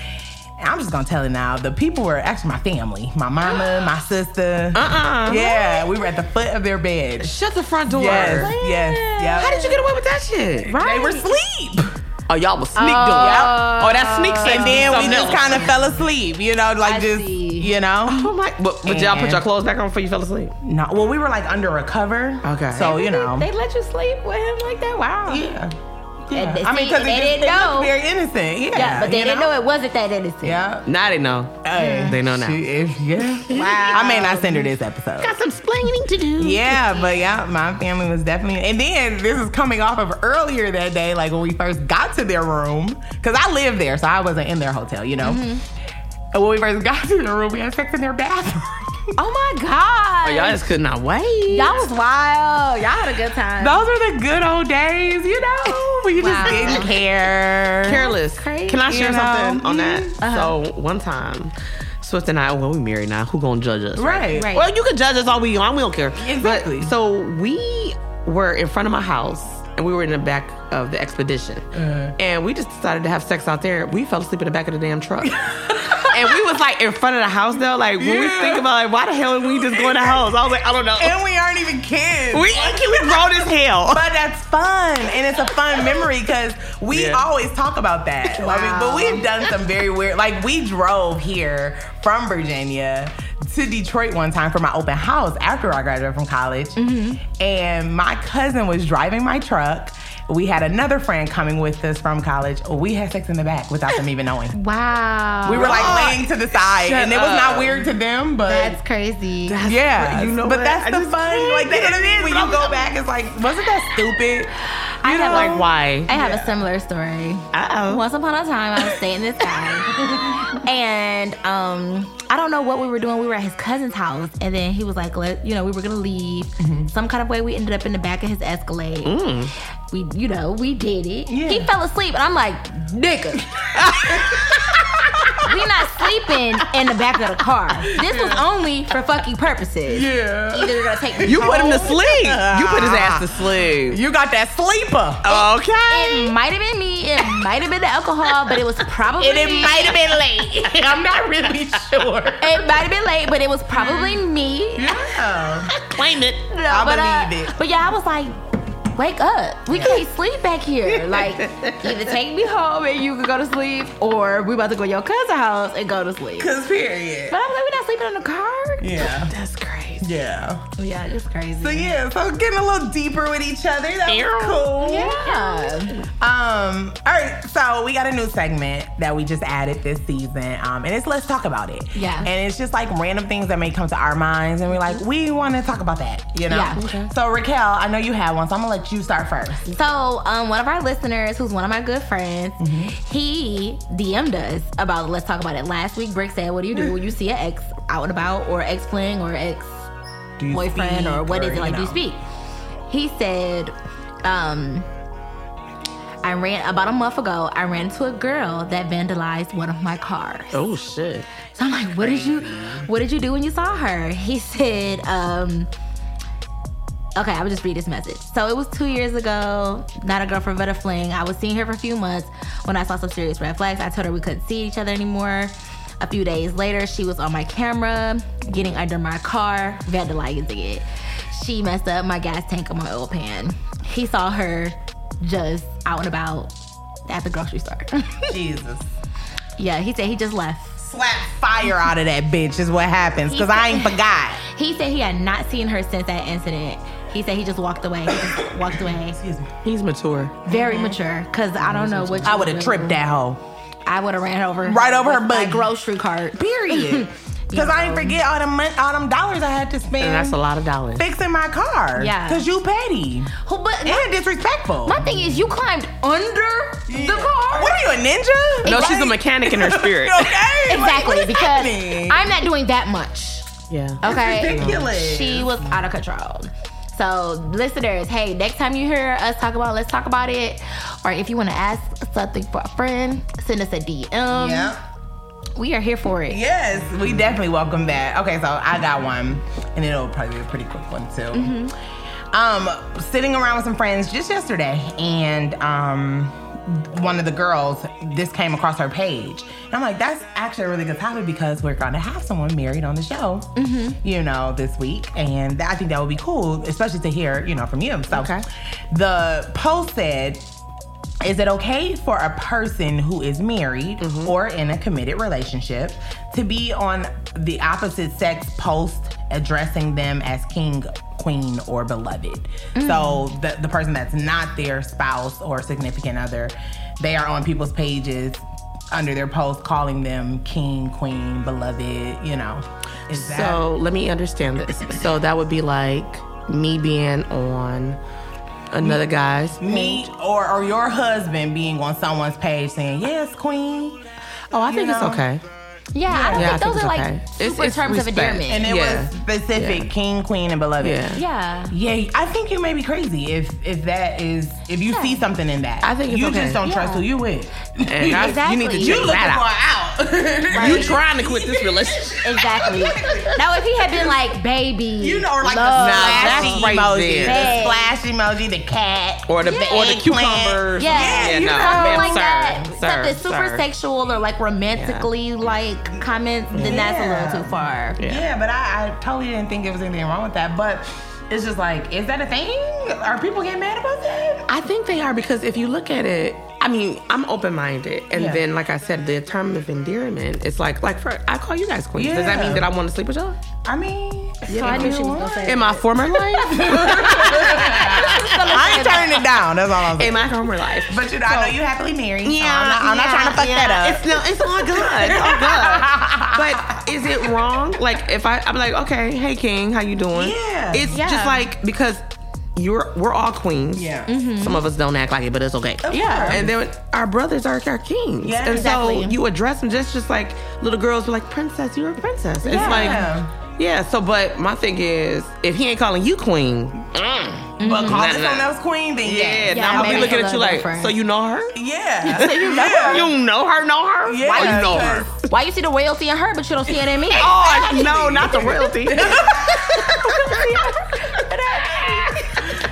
and I'm just gonna tell you now, the people were actually my family. My mama, my sister.
Uh uh
Yeah, we were at the foot of their bed.
Shut the front door.
Yes, yes, yeah.
How did you get away with that shit?
Right.
They were asleep.
Oh, y'all was sneak doing.
Oh.
Oh, that sneak sex.
And then we just
kind
kind of fell asleep, you know, like
I
just,
see.
you know.
Oh my! But, but y'all put
And-
your clothes back on before you fell asleep.
No, well, we were like under a cover.
Okay.
So, you know.
They, let you sleep with him like that. Wow.
Yeah.
And they-
I mean,
see,
because
they didn't know.
very innocent. Yeah,
Yeah, but they
you
didn't know? it wasn't that innocent.
Yeah.
Now they know.
Hey,
They know now.
she is- yeah.
Wow.
I may not send her this episode.
Got some splaining to do.
Yeah, but yeah, my family was definitely. And then this is coming off of earlier that day, like when we first got to their room, because I lived there, so I wasn't in their hotel, you know. And when we first got to the room, we had sex in their bathroom.
Oh my God.
Oh, y'all just could not wait.
Y'all was wild. Y'all had a good time.
Those are the good old days, you know. We
Wow.
just didn't care.
careless.
crazy.
Can I share
You Mm-hmm. Uh-huh. know?
something on that? So one time, Swift and I, well, we married now. Who gonna judge us?
Right.
Right.
Well, you can judge us all we want. We don't care.
Exactly.
But, so we were in front of my house, and we were in the back of the expedition,
Uh-huh.
and we just decided to have sex out there. We fell asleep in the back of the damn truck. And we was like in front of the house though, like when we
Yeah.
think about like why the hell are we just going to house? I was like, I don't know.
And we aren't even kids.
we we grown as hell.
But that's fun, and it's a fun memory because we
Yeah.
always talk about that. I mean, but
Wow.
we've done some very weird. Like we drove here from Virginia to Detroit one time for my open house after I graduated from college,
Mm-hmm.
and my cousin was driving my truck. We had another friend coming with us from college. We had sex in the back without them even knowing.
wow.
We were like
What?
laying to the side, and it was
up.
not weird to them, but.
That's crazy.
yeah,
you know
but
what?
that's
I
the
just
fun.
can't
Like
get
you know what I mean?
it.
When you go back, it's like, wasn't that stupid?
I
You
have
know?
like
like why?
I have a similar story.
Uh
Once upon a time, I was dating this guy, and um, I don't know what we were doing. We were at his cousin's house, and then he was like, "Let you know, we were gonna leave
Mm-hmm.
some kind of way." We ended up in the back of his Escalade. We, you know, we did it.
Mm. Yeah.
He fell asleep, and I'm like, "Nigga." We not sleeping in the back of the car. This was only for fucking purposes.
Yeah.
Either they're gonna take me
You put him to
home,
sleep. You put his ass to sleep.
You got that sleeper.
Okay.
It might have been me. It might have been the alcohol, but it was probably
And it
me.
might have been late. I'm not really sure.
It might have been late, but it was probably me.
Yeah.
Claim it.
No,
I
but,
believe
uh,
it.
But yeah, I was like, wake up. We can't sleep back here. Like, either take me home and you can go to sleep, or we about to go to your cousin's house and go to sleep.
Cause period.
But I'm like, we're not sleeping in the car.
Yeah.
That's crazy.
Yeah.
Yeah, it's crazy.
So yeah, so getting a little deeper with each other. That was cool.
yeah.
Um, all right, so we got a new segment that we just added this season. Um, and it's let's talk about it.
Yeah.
And it's just like random things that may come to our minds and we're like, we wanna talk about that, you know?
Yeah. Okay.
So Raquel, I know you had one, so I'm gonna let you start first.
So, um, one of our listeners, who's one of my good friends, he DM'd us about let's talk about it. Last week, Brick said, "What do you do when you see an ex out and about, or ex fling, or ex
Do you
boyfriend,
speak
or what is it
you
like? Do you
know?
speak?" He said, um, "I ran about a month ago. I ran into a girl that vandalized one of my cars."
Oh shit.
So I'm like, what did you what did you do when you saw her? He said, um Okay, I will just read this message. So it was two years ago, not a girlfriend but a fling. I was seeing her for a few months when I saw some serious red flags. I told her we couldn't see each other anymore. A few days later, she was on my camera, getting under my car, vandalizing it. she messed up my gas tank on my oil pan. He saw her just out and about at the grocery store.
Jesus.
yeah, he said he just left.
Slap fire out of that bitch is what happens because I ain't forgot.
He said he had not seen her since that incident. He said he just walked away. He just walked away.
He's mature.
Very mature. Cause I don't know what
I
you
would have
do.
tripped that hoe.
I would have ran over
Right over her
with my
buggy.
grocery cart.
Period. Because I didn't forget all them mon- all them dollars I had to spend
And that's a lot of dollars.
fixing my car.
Yeah.
Because you petty
Who- But
and disrespectful.
my thing is, you climbed under the car.
What are you a ninja?
No, she's a mechanic in her spirit.
Okay. like,
Exactly,
what is
because
happening?
I'm not doing that much.
yeah.
Okay.
ridiculous.
She was out of control. So, listeners, hey, next time you hear us talk about, let's talk about it. Or if you want to ask something for a friend, send us a DM.
Yep.
We are here for it.
Yes, we definitely welcome that. Okay, so I got one, and it'll probably be a pretty quick one too. Um, sitting around with some friends just yesterday, and um, one of the girls this came across her page, and I'm like, that's actually a really good topic because we're gonna have someone married on the show, you know, this week, and that- I think that would be cool, especially to hear, you know, from you. So,
Okay.
the post said. Is it okay for a person who is married or in a committed relationship to be on the opposite sex post addressing them as king, queen, or beloved? So the, the person that's not their spouse or significant other, they are on people's pages under their post calling them king, queen, beloved, you know. Is that
So let me understand this. So that would be like me being on another guy's.
me or, or your husband being on someone's page saying, yes, queen?
Oh, I think
know.
it's okay.
Yeah, I don't
Yeah, I
think those
think
are
it's
like
okay. It's-
super
it's
terms
respect.
of endearment.
And it
Yeah.
was specific
Yeah.
king, queen, and beloved.
Yeah.
yeah.
Yeah, I think you may be crazy if if that is if you see something in that.
I think it's
you
okay.
just don't trust
Yeah.
who you with.
And that's- you need to
You
Exactly.
check
looking for
that out.
an out.
You trying to quit this relationship?
Exactly. now, if he had been like, baby,
You know, or like
love,
the splashy
that's right
emoji,
there.
the
Babe.
splash emoji, the cat,
Or the
Yeah.
or the
Eggplant.
cucumbers?
Yeah,
Yeah,
no,
you know,
ma'am,
like
sir,
that.
sir,
Stuff that's super
sir.
sexual or like romantically like comments, then that's a little too far.
Yeah.
Yeah, but I, I totally didn't think there was anything wrong with that. But it's just like, is that a thing? Are people getting mad about that?
I think they are because if you look at it, I mean, I'm open minded, and
Yeah.
then like I said, the term of endearment is like like for I call you guys queens. Does that
Yeah.
mean that I want to sleep with y'all
I mean,
So I knew she was gonna
what?
say.
in my former life?
I ain't turning it down. That's all I'm saying.
in my former life,
But you know, I know you happily married. so
Yeah,
I'm not, I'm not
yeah,
trying to fuck
yeah.
that up.
It's no, it's all good. It's all good. But is it wrong? Like if I, I'm like, okay, hey King, how you doing?
Yeah.
It's
Yeah.
just like because you're we're all queens.
Yeah.
Some of us don't act like it, but it's okay.
Yeah.
Mm-hmm. And then our brothers are our kings.
Yeah.
and
Exactly.
so you address them just just like little girls be like, princess, you're a princess. It's
Yeah.
like, yeah. So, but my thing is, if he ain't calling you queen, mm,
But call
Nah,
this
nah.
someone else queen, then
yeah,
yeah.
Yeah,
now I'll be
maybe
looking
it's a
at
little
you like,
different.
so you know her?
Yeah.
you know her.
You know her, know her?
Yeah,
Why you know her?
because-
Why you see the royalty in her, but you don't see it in me?
Oh I- no, not the royalty.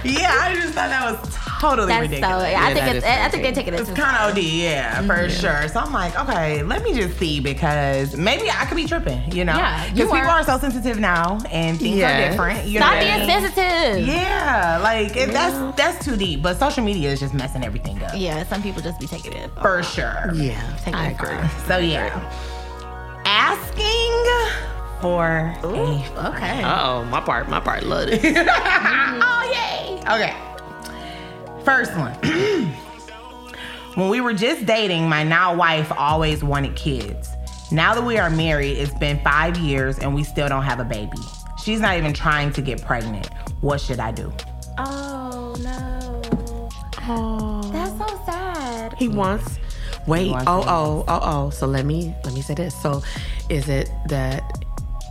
Yeah, I just thought that was totally
that's so. Mm-hmm.
ridiculous.
I
Yeah,
think
that
it's.
is
I think they take it as
It's kind of OD, yeah, for sure. So I'm like, okay, let me just see because maybe I could be tripping, you know?
Yeah, you
Because people
are-
are so sensitive now and things are
Yes.
different. You
Stop
know?
being sensitive. Yeah.
Yeah, like it, that's that's too deep. But social media is just messing everything up.
some people just be taking it.
For sure.
yeah,
Take it
I
as far.
agree.
So yeah. Asking for a
Okay.
Uh oh, my part, my part loved it.
Oh, yay! Okay. First one. when we were just dating, my now wife always wanted kids. Now that we are married, it's been five years and we still don't have a baby. She's not even trying to get pregnant. What should I do?
Oh no.
Oh.
That's so sad.
he wants. Wait,
wants
oh
one.
oh, oh oh. So let me let me say this. So is it that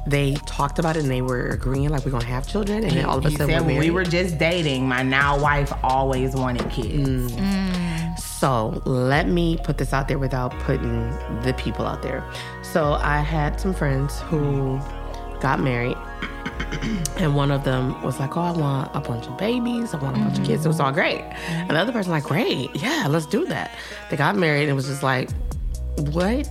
they talked about it and they were agreeing like we're gonna have children and then all of a
He
sudden
said,
we're
when we
married?
were just dating, my now wife always wanted kids.
Mm. So let me put this out there without putting the people out there. So I had some friends who got married, and one of them was like, "Oh, I want a bunch of babies. I want a bunch of kids." It was all great. Another person like, "Great, yeah, let's do that." They got married and it was just like, what?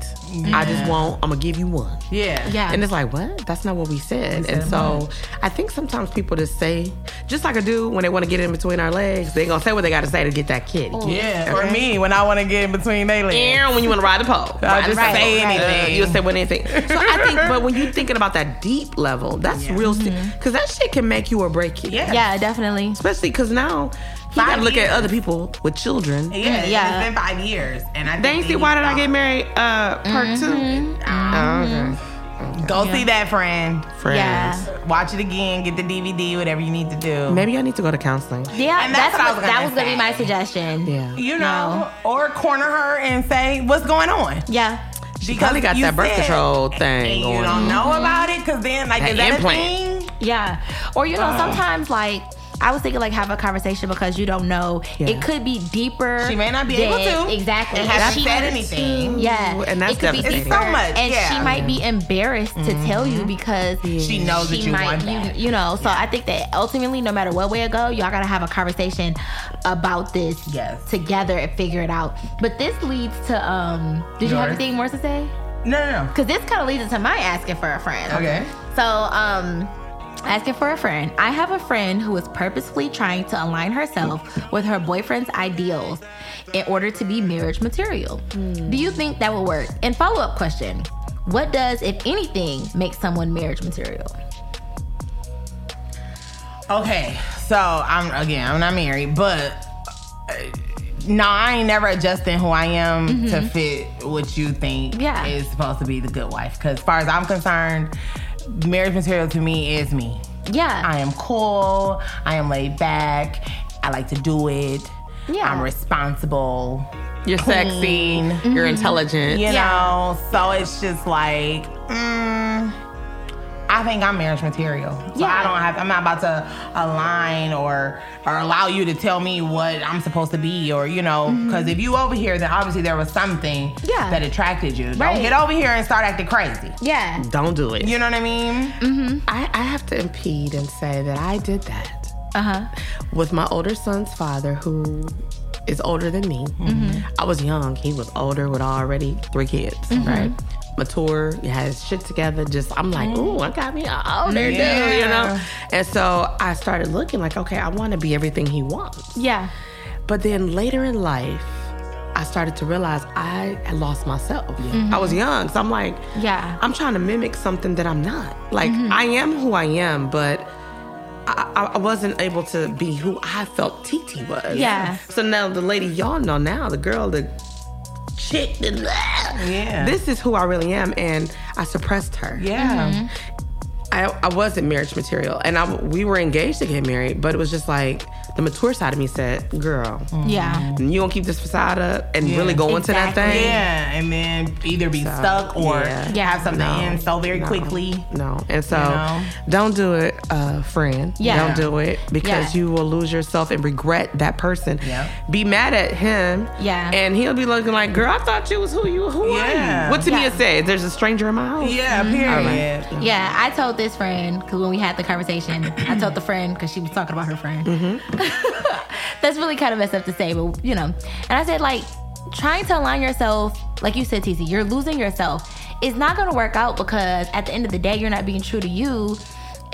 I just won't. I'm gonna give you one.
Yeah.
Yeah.
And it's like, what? That's not what we said. and so I think sometimes people just say, just like a dude when they want to get in between our legs, they gonna say what they gotta say to get that kitty.
Oh, Yeah. Or me when I want to get in between they legs.
And when you want to ride the pole,
I'll
Ride
just
the pole.
say anything.
Uh, you'll say what anything. So I think, but when you're thinking about that deep level, that's real, because that shit can make you or break you.
Mm-hmm. Yeah.
Yeah, definitely.
Especially because now you
Five
gotta look
years.
at other people with children.
Yeah,
Yeah.
It's been five years, and I
They ain't see why did I get married? Uh, part
Mm-hmm.
two.
Ah.
Oh,
Go see that friend.
okay. Friends.
Yeah.
Watch it again. Get the DVD. Whatever you need to do.
Maybe I need to go to counseling.
Yeah,
And that's
that's,
what I
what,
was
that
gonna
was gonna be
say.
my suggestion.
Yeah.
you know, or corner her and say what's going on.
Yeah.
She
probably got that birth control thing
And you
going
don't
on.
know about it because then, like,
That
is that
implant.
a thing?
Yeah. Or you know,
Uh.
sometimes like I was thinking like have a conversation because you don't know.
Yeah.
It could be deeper.
She may not be
than-
able to.
Exactly.
And
And
hasn't
she-
said anything.
Yeah.
Ooh, and that's
it could be
devastating.
It's so
deeper,
much,
And
yeah. Mm-hmm.
she might be embarrassed to tell you because
She knows that you want that.
you, you know, so I think that ultimately no matter what way it go, y'all gotta have a conversation about this
Yes.
together and figure it out. But this leads to um did you have
Yours?
anything more to say?
No, no, no.
Because this kind of leads into my asking for a friend.
Okay.
So, um, asking for a friend. I have a friend who is purposefully trying to align herself with her boyfriend's ideals in order to be marriage material.
Hmm.
Do you think that will work? And follow up question What does, if anything, make someone marriage material?
Okay, so I'm again. I'm not married, but uh, no, I ain't never adjusting who I am to fit what you think
Mm-hmm. Yeah.
is supposed to be the good wife. Because as far as I'm concerned, marriage material to me is me.
Yeah.
I am cool. I am laid back. I like to do it.
Yeah.
I'm responsible.
You're sexy.
Clean.
You're intelligent.
You
Yeah.
know, so it's just like, mm, I think I'm marriage material. So
Yeah.
I don't have. I'm not about to align or or allow you to tell me what I'm supposed to be or you know, because if you over here, then obviously there was something
Mm-hmm. Yeah.
that attracted you.
Right.
Don't get over here and start acting crazy.
yeah.
Hmm.
Mm-hmm.
Don't do it.
You know what I mean?
I, I have to impede and say that I did that
Uh huh.
with my older son's father, who is older than me. I was young. He was older with already three kids, right? Mature, he has shit together. Just, I'm like, ooh, I got me an older dude, you know?
Yeah.
And so I started looking like, okay, I want to be everything he wants.
Yeah.
But then later in life, I started to realize I had lost myself. I was young, so I'm like,
Yeah.
I'm trying to mimic something that I'm not. Like I am who I am, but I, I- I wasn't able to be who I felt Titi was.
Yeah.
So now the lady y'all know now, the girl, the chick, the,
Yeah.
This is who I really am, and I suppressed her.
Yeah.
Mm-hmm.
I, I wasn't marriage material, and I we were engaged to get married, but it was just like the mature side of me said, "Girl,
Yeah.
you gonna keep this facade up and really go into that
Exactly.
thing."
Yeah, and then either be stuck or
yeah.
Yeah.
have something
No,
in so very
no,
quickly.
No. And so
know?
don't do it, uh, friend.
Yeah.
Don't do it because
Yeah.
you will lose yourself and regret that person.
Yep.
Be mad at him.
Yeah.
And he'll be looking like, girl, I thought you was who you who are
Yeah.
you? What Tamia
Yeah.
said, there's a stranger in my house.
Yeah,
Mm-hmm.
period.
Yeah, I told this friend because when we had the conversation, I told the friend because she was talking about her friend. That's really kind of messed up to say, but you know. And I said, like, trying to align yourself, like you said, TC, you're losing yourself. It's not going to work out because at the end of the day, you're not being true to you.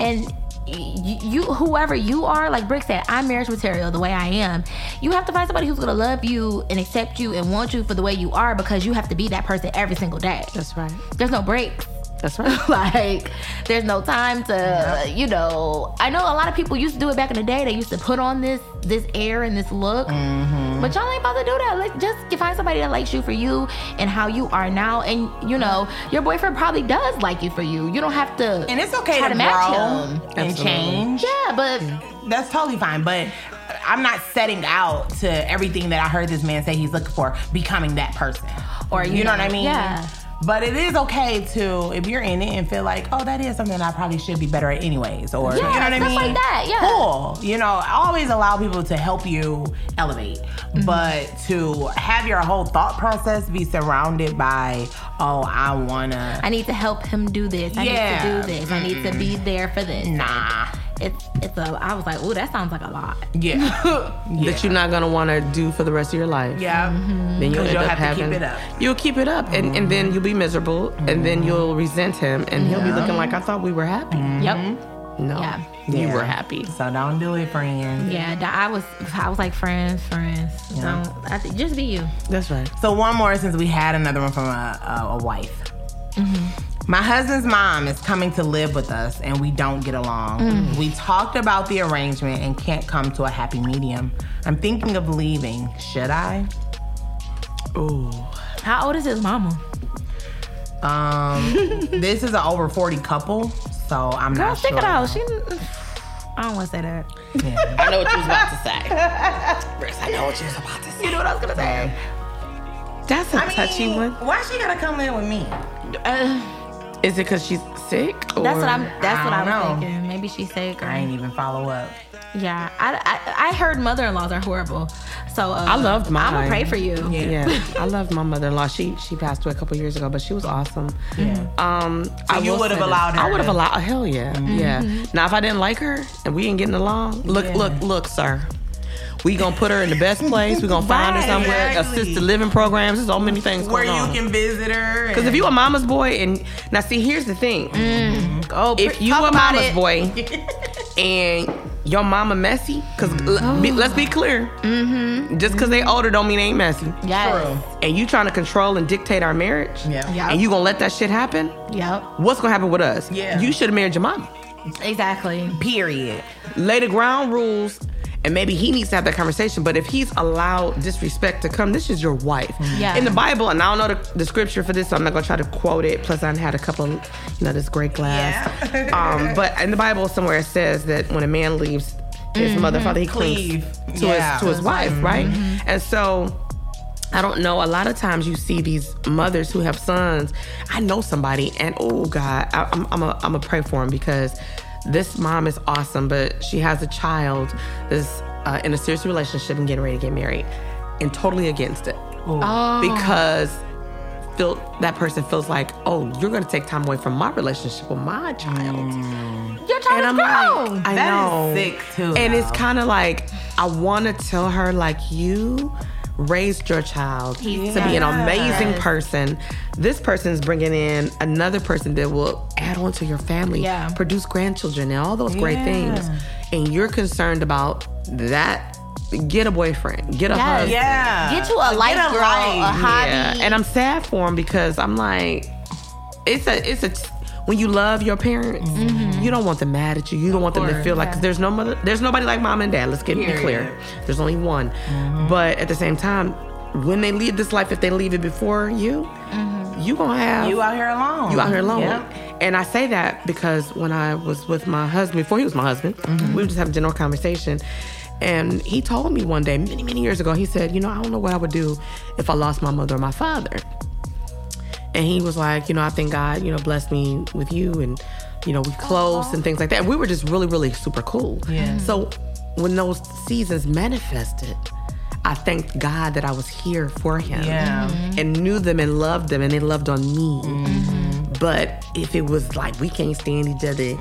And y- you, whoever you are, like Brick said, I'm marriage material the way I am. You have to find somebody who's going to love you and accept you and want you for the way you are because you have to be that person every single day.
That's right.
There's no breaks
That's right.
like there's no time to you know i know a lot of people used to do it back in the day they used to put on this this air and this look but y'all ain't about to do that like just get- find somebody that likes you for you and how you are now and you know your boyfriend probably does like you for you you don't have to
And it's okay
try
to,
to
grow
match
and
him
Absolutely.
change.
yeah but
That's totally fine, but I'm not setting out to everything that I heard this man say he's looking for, becoming that person. Or you, know, what I mean?
yeah.
But it is okay to if you're in it and feel like, oh, that is something I probably should be better at anyways. Or you know
Yeah,
what I
stuff
mean?
like that, yeah.
Cool. You know, always allow people to help you elevate.
Mm-hmm.
But to have your whole thought process be surrounded by, oh, I wanna
i need to help him do this i need to do this i need to be there for this
nah.
it's it's a. I was like, ooh, that sounds like a lot.
Yeah.
that you're not gonna want to do for the rest of your life.
Yeah.
Then you'll
'Cause
end
you'll have
up
to
having.
keep it up. Mm-hmm.
You'll keep it up, and, and then you'll be miserable, and then you'll resent him, and he'll be looking like I thought we were happy.
Yep.
No,
Yeah.
you
Yeah.
were happy.
So don't do it, friend.
Yeah. that- I was. I was like friends, friends. Don't- I th- just be you.
That's right.
So one more since we had another one from a, a, a wife. Mm-hmm. My husband's mom is coming to live with us and we don't get along.
Mm.
We talked about the arrangement and can't come to a happy medium. I'm thinking of leaving. Should I?
Ooh,
How old is his mama?
Um, this is an over 40 couple, so I'm
Girl,
not sure.
stick it out. She. I don't want to say that.
I know what you was about to say. Bricks, I know what you was about to say.
You know what I was gonna say?
That's a
I mean,
touchy one.
Why she gotta come in with me?
Uh,
Is it because she's sick? Or?
that's what I'm. That's
I
what I'm
don't know.
thinking. Maybe she's sick. Or,
I ain't even follow up.
Yeah, I, I, I heard mother-in-laws are horrible. So uh,
I loved
I'm
mine.
gonna pray for you.
Yeah, I love my mother-in-law. She she passed away a couple years ago, but she was awesome.
Yeah.
Um, I
you
will
would've
say this.
allowed her
I would have
to- Mm-hmm.
allowed. Hell yeah, yeah. Now if I didn't like her and we ain't getting along, look,
Yeah.
look, look, sir. We gonna put her in the best place. We gonna find her
Right,
somewhere.
exactly.
Assisted living programs. There's so many things
Where
going
you
on.
can visit her.
Because if you a mama's boy and now see, here's the thing.
Oh,
Mm-hmm. If you
talk
a
about
mama's
it.
boy and your mama messy, because let's be clear, just because they older don't mean they ain't messy.
Yes.
And you trying to control and dictate our marriage,
Yeah.
Yeah.
and you gonna let that shit happen?
Yep.
What's gonna happen with us?
Yeah.
You should have married your mama.
Exactly.
Period.
Lay the ground rules, and maybe he needs to have that conversation. But if he's allowed disrespect to come, this is your wife.
Yeah.
In the Bible, and I don't know the, the scripture for this, so I'm not gonna try to quote it. Plus, I had a couple, you know, this great glass. um, but in the Bible somewhere it says that when a man leaves his mother, father, he cleaves
Cleave.
to
Yeah. Mm-hmm.
his to his wife, right? And so. I don't know. A lot of times you see these mothers who have sons. I know somebody, and oh God, I, I'm I'm a, I'm a pray for him because this mom is awesome, but she has a child that's uh, in a serious relationship and getting ready to get married, and totally against it because feel that person feels like, oh, you're gonna take time away from my relationship with my child.
Mm.
Your child
And I'm
is grown.
like, I
That is
know.
sick, too,
And it's
though.
kind of like I want to tell her like you raised your child to be an amazing person. This person's bringing in another person that will add on to your family,
Yeah.
produce grandchildren, and all those great things. And you're concerned about that. Get a boyfriend. Get a
Yes.
husband.
Yeah.
Get you a life,
a
girl.
life.
A hobby.
Yeah, and I'm sad for him because I'm like, it's a, it's a. When you love your parents,
Mm-hmm.
you don't want them mad at you. You don't want them to feel like 'cause there's no mother, there's nobody like mom and dad. Let's get it clear. There's only one.
Mm-hmm.
But at the same time, when they leave this life, if they leave it before you, you gonna have
Mm-hmm. You out here alone.
you out here alone.
Yep.
And I say that because when I was with my husband, before he was my husband,
Mm-hmm.
we were just having general conversation. And he told me one day, many, many years ago, he said, You know, I don't know what I would do if I lost my mother or my father. And he was like, You know, I think God, you know, blessed me with you and, you know, we close and things like that. And we were just really, really super cool. Yeah. So when those seasons manifested, I thanked God that I was here for him
Yeah. Mm-hmm.
and knew them and loved them and they loved on me. But if it was like we can't stand each other,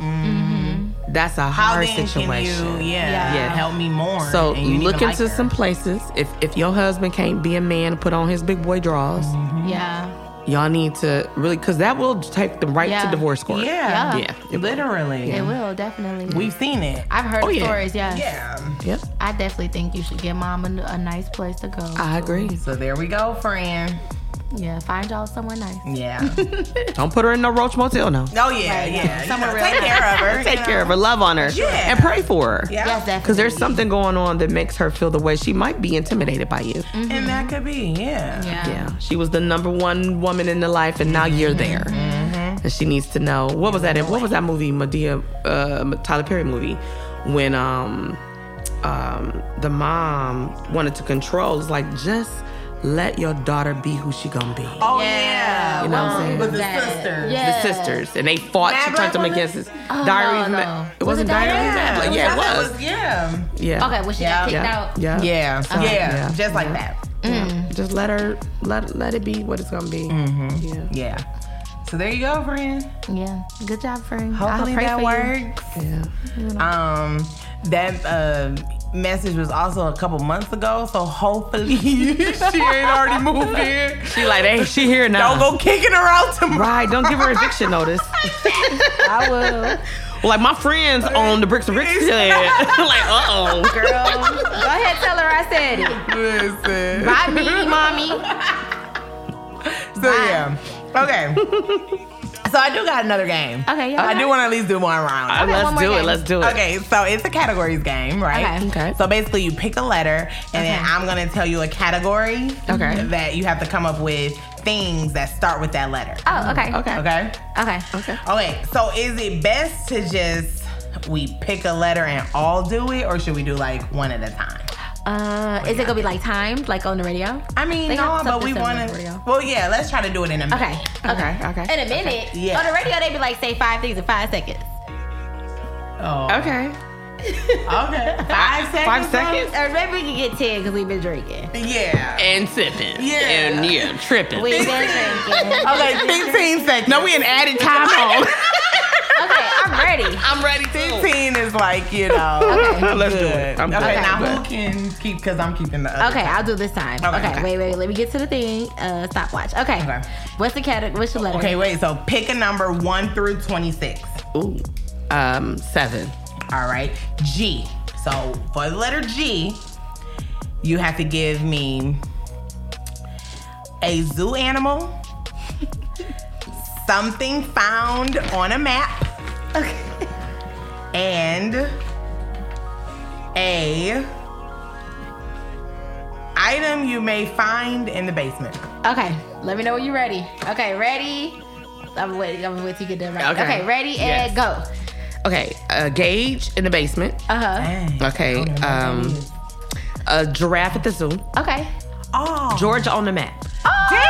that's
Mm-hmm.
a
How
hard
then
situation.
can you, yeah,
Yeah.
help me more?
So
and you didn't
look
even
into
like her.
some places. If if your husband can't be a man, and put on his big boy draws.
Mm-hmm.
Yeah.
Y'all need to really, because that will take them right
Yeah.
to divorce court.
Yeah.
Yeah.
Literally.
It will definitely.
We've seen it.
I've heard
Oh, yeah.
stories. Yes.
Yeah.
Yep.
I definitely think you should give mom a, a nice place to go.
I agree.
So there we go, friend.
yeah. Find y'all somewhere nice.
Yeah.
Don't put her in no Roach Motel now.
oh yeah, yeah.
Somewhere
you know,
real
take care of her.
Take care of her, love on her,
Yeah.
and pray for her.
Yeah.
Yes, definitely.
Because there's something going on that makes her feel the way she might be intimidated by you.
And that could be, yeah.
Yeah.
Yeah, she was the number one woman in the life, and now you're there. And she needs to know what was that? In, what was that movie? Medea, uh, Tyler Perry movie, when um, um, the mom wanted to control. It's like just let your daughter be who she gonna be.
Oh
Yeah.
yeah.
You know what I'm
Well,
saying?
With the
That-
sister.
Yeah.
The sisters, and they fought.
Mad
she turned
Black
them
Woman?
against us.
no,
Diaries,
no.
Ma- it
Was
wasn't
it Diaries?
Diaries. of Mad Black- Yeah, it
that
was. Uh-huh.
yeah.
Yeah.
Okay. Well, she
Yeah.
got kicked
Yeah.
out.
Yeah. Mm-hmm.
Yeah.
So,
yeah.
yeah.
Just like that.
Just let her let let it be what it's gonna be. Yeah.
Yeah. So there you go, friend.
Yeah. Good job, friend.
Hopefully
I'll pray
that
for you.
works.
Yeah.
Um, that uh, message was also a couple months ago, so hopefully she ain't already moved in.
She like, hey, she here now.
Don't go kicking her out tomorrow.
Right, don't give her eviction notice.
I will.
Like my friends on the bricks and bricks said, like, uh oh, girl.
Go ahead, tell her I said it.
Listen.
Bye, me, mommy.
So yeah. Okay. so I do got another game.
Okay, yeah.
I do want to at least do one round.
Okay, one
let's
more
do it.
game.
Let's do it.
Okay, so it's a categories game, right?
Okay.
Okay.
So basically, you pick a letter, and then
Okay.
I'm gonna tell you a category
Okay.
that you have to come up with things that start with that letter.
Oh, okay.
Okay.
Okay.
Okay.
Okay.
Okay. So is it best to just we pick a letter and all do it, or should we do like one at a time?
Uh, is it gonna be like timed, like on the radio?
I mean,
They
no,
have
but we
something
want
similar
to.
for
Well, yeah, let's try to do it in a minute.
Okay. Okay.
Okay. Okay.
In a minute.
Yeah.
On the radio, they be like, say five things in five seconds.
Oh.
Okay.
Okay. Five seconds.
Five
huh?
seconds.
Or Uh, maybe we can get ten because we've been drinking.
Yeah.
And sipping.
Yeah.
And yeah, tripping.
We've been drinking.
Okay, 15 seconds.
no, we an added time on.
Okay, I'm ready.
I'm ready too.
15 is like, you know.
Okay.
Let's do
good.
it. I'm
okay,
good.
now
I'm
who
good.
can keep, because I'm keeping the other.
Okay, I'll do this time.
Okay,
Okay,
okay.
wait, wait, let me get to the thing. Uh, stopwatch. Okay.
Okay.
What's the category? What's your letter?
Okay, wait, so pick a number 1 through 26.
Ooh. Um, seven.
All right, G. So for the letter G, you have to give me a zoo animal, something found on a map,
Okay.
and a item you may find in the basement.
Okay. Let me know when you're ready. Okay, ready. I'm waiting. I'm waiting to get done. Right.
Okay.
Okay. ready and
Yes.
go.
Okay. A gauge in the basement.
Uh huh.
Dang.
Okay. Um, a giraffe at the zoo.
Okay.
Oh.
Georgia on the map.
Damn.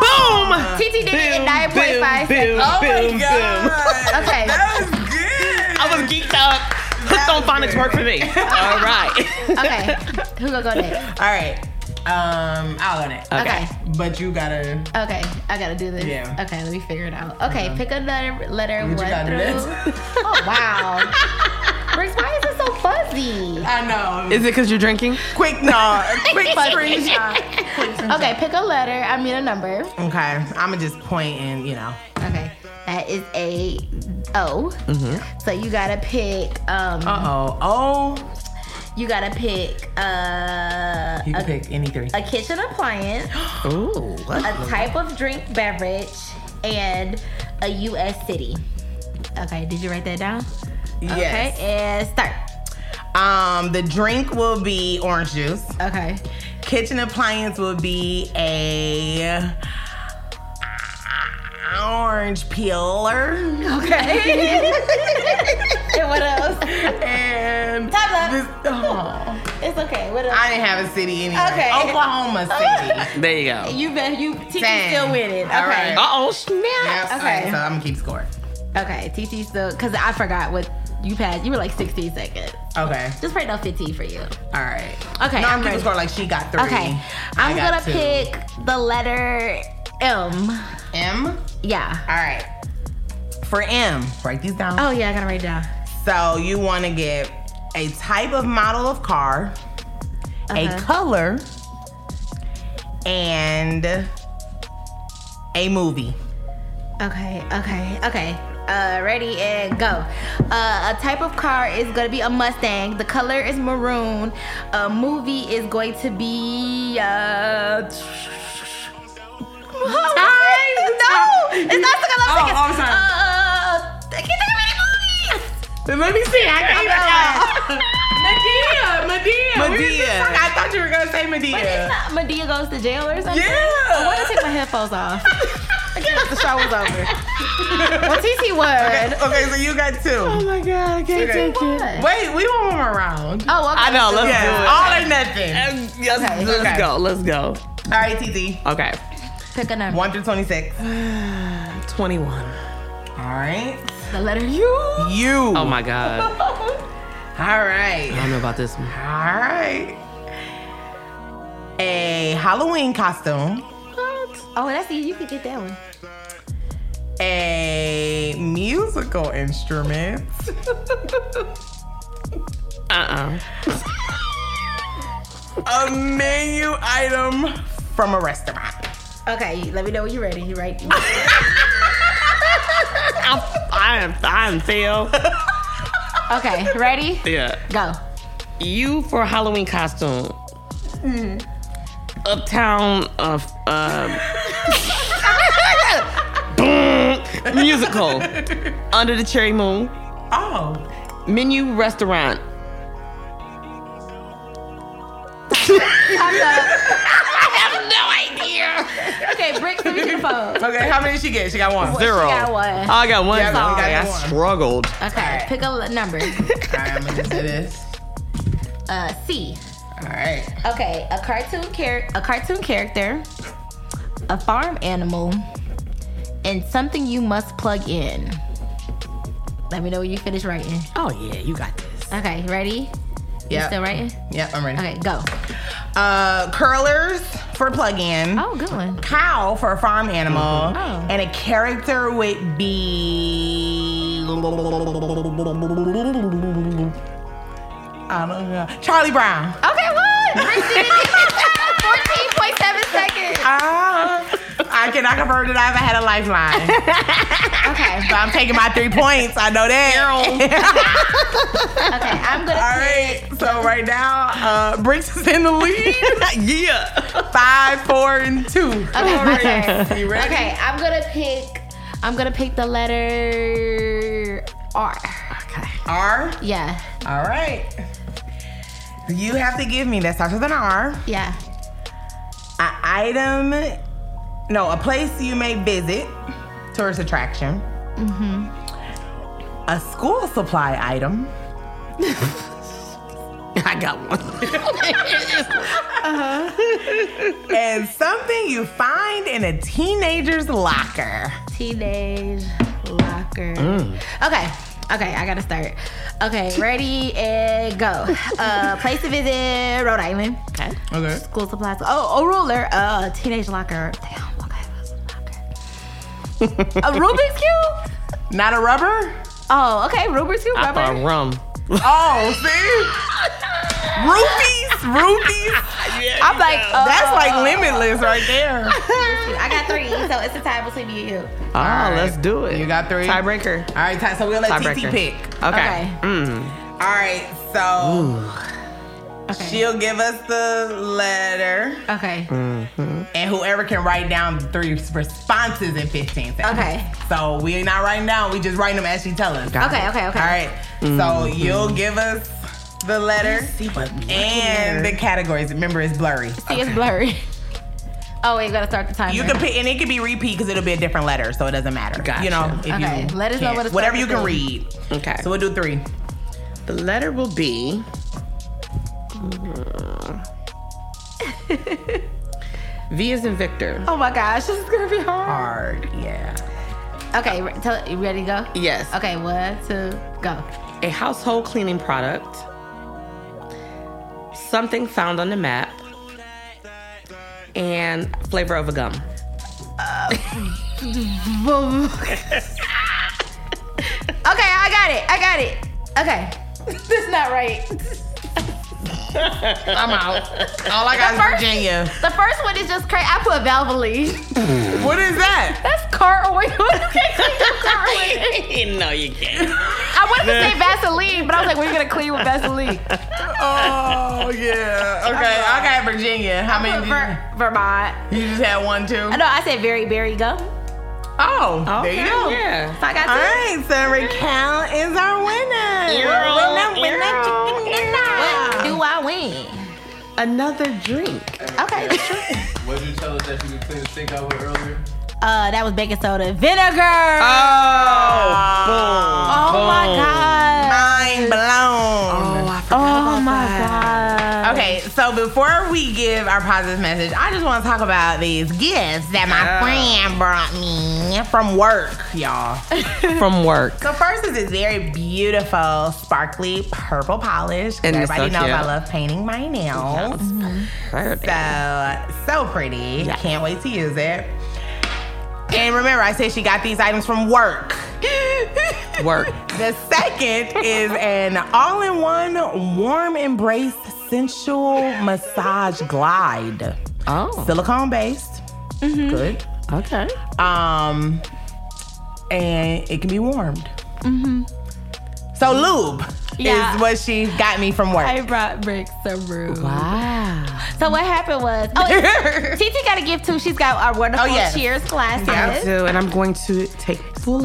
Boom.
TT did it in 9.5 seconds.
boom,
Oh my
boom, boom.
God.
Okay.
That was good.
I was geeked up. Hooked on phonics work for me. All right.
Okay. Who gonna go next?
All right. Um, I'll on it.
Okay.
But you gotta.
Okay. I gotta do this.
Yeah.
Okay. Let me figure it out. Okay.
Uh-huh.
Pick another letter
Would you
one
gotta do
through.
this?
Oh wow. Briggs, why is it so fuzzy?
I know.
Is it because you're drinking?
quick, no. Quick screenshot.
Okay. Pick a letter. I mean a number.
Okay. I'ma just point and you know.
Okay. That is a O.
Mm-hmm.
So you gotta pick. Um.
Uh oh. Oh.
You gotta pick. Uh.
You
A,
can pick any three.
a kitchen appliance, a
Ooh. What?
type of drink beverage, and a U.S. city. Okay. Did you write that down?
Yes.
Okay. And start.
Um, the drink will be orange juice.
Okay.
Kitchen appliance will be a orange peeler.
Okay. and what else?
And
Time's up.
this- oh.
It's okay. What else?
I didn't have a city anyway.
Okay. Oh.
Oklahoma City.
There you go.
you bet. You. TT
Dang.
still winning. Okay.
All right.
Uh oh, snap.
Yep.
Okay.
Okay. So I'm gonna keep score.
Okay, TT still, because I forgot what you passed. You were like 16 seconds.
Okay.
Just print out 15 for you.
All right.
Okay,
No, I'm
I'm
keeping
ready.
score like she got three.
Okay,
I
I'm
got
gonna
two.
pick the letter M.
M. All
Yeah.
right. For M, write these down.
Oh, yeah, I gotta write it down.
So you want to get a type of model of car, a
Uh-huh.
color, and a movie.
Okay, okay, okay. Uh, ready and go. Uh, a type of car is gonna be a Mustang. The color is maroon. A movie is going to be. Uh, time? No, it's not the color.
Oh, I'm sorry.
Uh, I can't think of any movies.
Let me see. I
Medea, Medea.
Medea. I thought you were gonna say Medea.
Not Medea goes to jail or something. I want
Yeah.
to take my headphones off. I guess the show was over. well, TT won.
Okay, so you got two.
Oh my god, I can't
Okay.
Won.
Wait, we want one more round.
Oh, okay.
I know, let's
Yeah,
do
all or nothing.
it. Um, yes,
Okay.
Let's
Okay.
go, let's go.
All right, TT.
Okay.
Pick a number.
One through twenty-six. All
21.
right.
The letter U.
You.
Oh my god.
All right.
I don't know about this one.
All right. A Halloween costume,
Oh, that's easy. You can get that one.
musical instruments.
Uh-uh.
A menu item from a restaurant.
Okay, let me know when you're ready. You ready?
I'm fine. I'm fine, Phil.
okay, ready?
Yeah.
Go.
You for Halloween costume. Mm-hmm. Uptown of uh, boom, musical. Under the cherry moon.
Oh.
Menu restaurant.
Time's up.
No idea.
Okay, Bricks, let me get the phone.
Okay, how many did she get? She got one.
Zero.
She got one.
I got one.
Yeah, we got
Sorry, I
one.
struggled.
Okay, pick a number.
Alright, I'm gonna do this.
Uh, C.
Alright.
Okay, a cartoon char- a cartoon character, a farm animal, and something you must plug in. Let me know when you finish writing.
Oh yeah, you got this.
Okay, ready? You still
Yep.
writing?
Yep, I'm ready.
Okay, go.
Uh, curlers for plug-in.
Oh, good one.
cow for a farm animal,
Oh.
and a character would be. I don't know. um, Charlie Brown.
Okay, what? 14.7 seconds.
Ah, I cannot confirm that I ever had a lifeline.
Okay,
But I'm taking my three points. I know that.
okay, I'm gonna.
All right. So right now, uh, Briggs is in the lead.
yeah.
Five, four, and two.
Okay, my turn.
You ready?
Okay, I'm gonna pick. I'm gonna pick the letter R.
Okay.
R.
Yeah,
All right. You have to give me that starts with an R.
yeah.
an item, no, a place you may visit, tourist attraction, a school supply item,
I got one.
and something you find in a teenager's locker.
Teenage locker.
Mm.
Okay, okay, I gotta start. Okay, ready and go. Uh, place to visit: Rhode Island. Okay.
Okay.
School supplies. Oh, a ruler. Uh, teenage locker. Damn. Okay, that's a locker. a Rubik's cube.
Not a rubber?
Oh, okay. Rubik's cube.
I
Rubber.
thought rum.
Oh, see? Roofies, roofies.
I'm like, uh,
That's like limitless right there.
I got three, so it's a tie between me and you.
Oh, let's do it.
You got three?
Tiebreaker.
All right, Ty- so we'll let TT
Tiebreaker.
pick.
Okay.
Okay.
Mm.
All right, so
Okay.
she'll give us the letter.
okay.
and whoever can write down the three responses in 15 seconds.
Okay.
So we're not writing down, we just writing them as she tell us.
Got
Okay,
it.
okay, okay.
All right. So you'll give us the letter and the categories. Remember, it's blurry.
See, it's blurry. Oh, wait, you gotta start the timer.
You can pick, and it can be repeat because it'll be a different letter, so it doesn't matter.
Gotcha.
You know, if
Okay,
you
let us know
can't-
what it's
whatever you
gonna
can
be.
read.
Okay.
So we'll do three.
The letter will be. V is in Victor.
Oh my gosh, this is gonna be hard.
Hard, yeah.
Okay, re- tell, you ready to go?
Yes.
Okay, one, two, go.
A household cleaning product. Something found on the map. And flavor of a gum.
Boom. okay, I got it. I got it. Okay. That's not right.
I'm out. All I got
The first-
is Virginia.
The first one is just crazy. I put Valvoline.
What is that?
That's car oil. you can't clean your car with.
no, you can't.
I wanted to say Vaseline, but I was like, we're gonna clean with Vaseline.
Oh, yeah. Okay, I got Virginia. How many?
Put
did
Ver- Vermont.
you, you just had one, too?
No, I said very berry gum.
Oh,
Okay,
there you go.
Yeah.
So I got
All
two.
right, so Raquel is our winner.
Earl,
winner, winner,
Earl,
chicken dinner.
What do I win?
Another drink.
Okay.
What did you tell us that you could clean the sink out with earlier?
Uh, that was baking soda vinegar.
Oh,
oh my god.
Mind blown.
I
Oh my god.
Okay, so before we give our positive message, I just want to talk about these gifts that my
Yeah.
friend brought me from work, y'all.
From work.
So first is this very beautiful, sparkly purple polish. 'cause
And it's
Everybody
so
knows I
cute.
love painting my nails. So, so pretty.
Yeah.
Can't wait to use it. And remember, I said she got these items from work.
Work.
The second is an all in one warm embrace sensual massage glide.
Oh.
Silicone based.
Mm-hmm.
Good.
okay.
Um, and it can be warmed. Mm-hmm. So lube
Yeah.
is what she got me from work.
I brought bricks to room.
Wow.
So what happened was, oh, and TT got to give too. She's got our wonderful
Oh, yes.
Cheers glasses.
I do, and I'm going to take full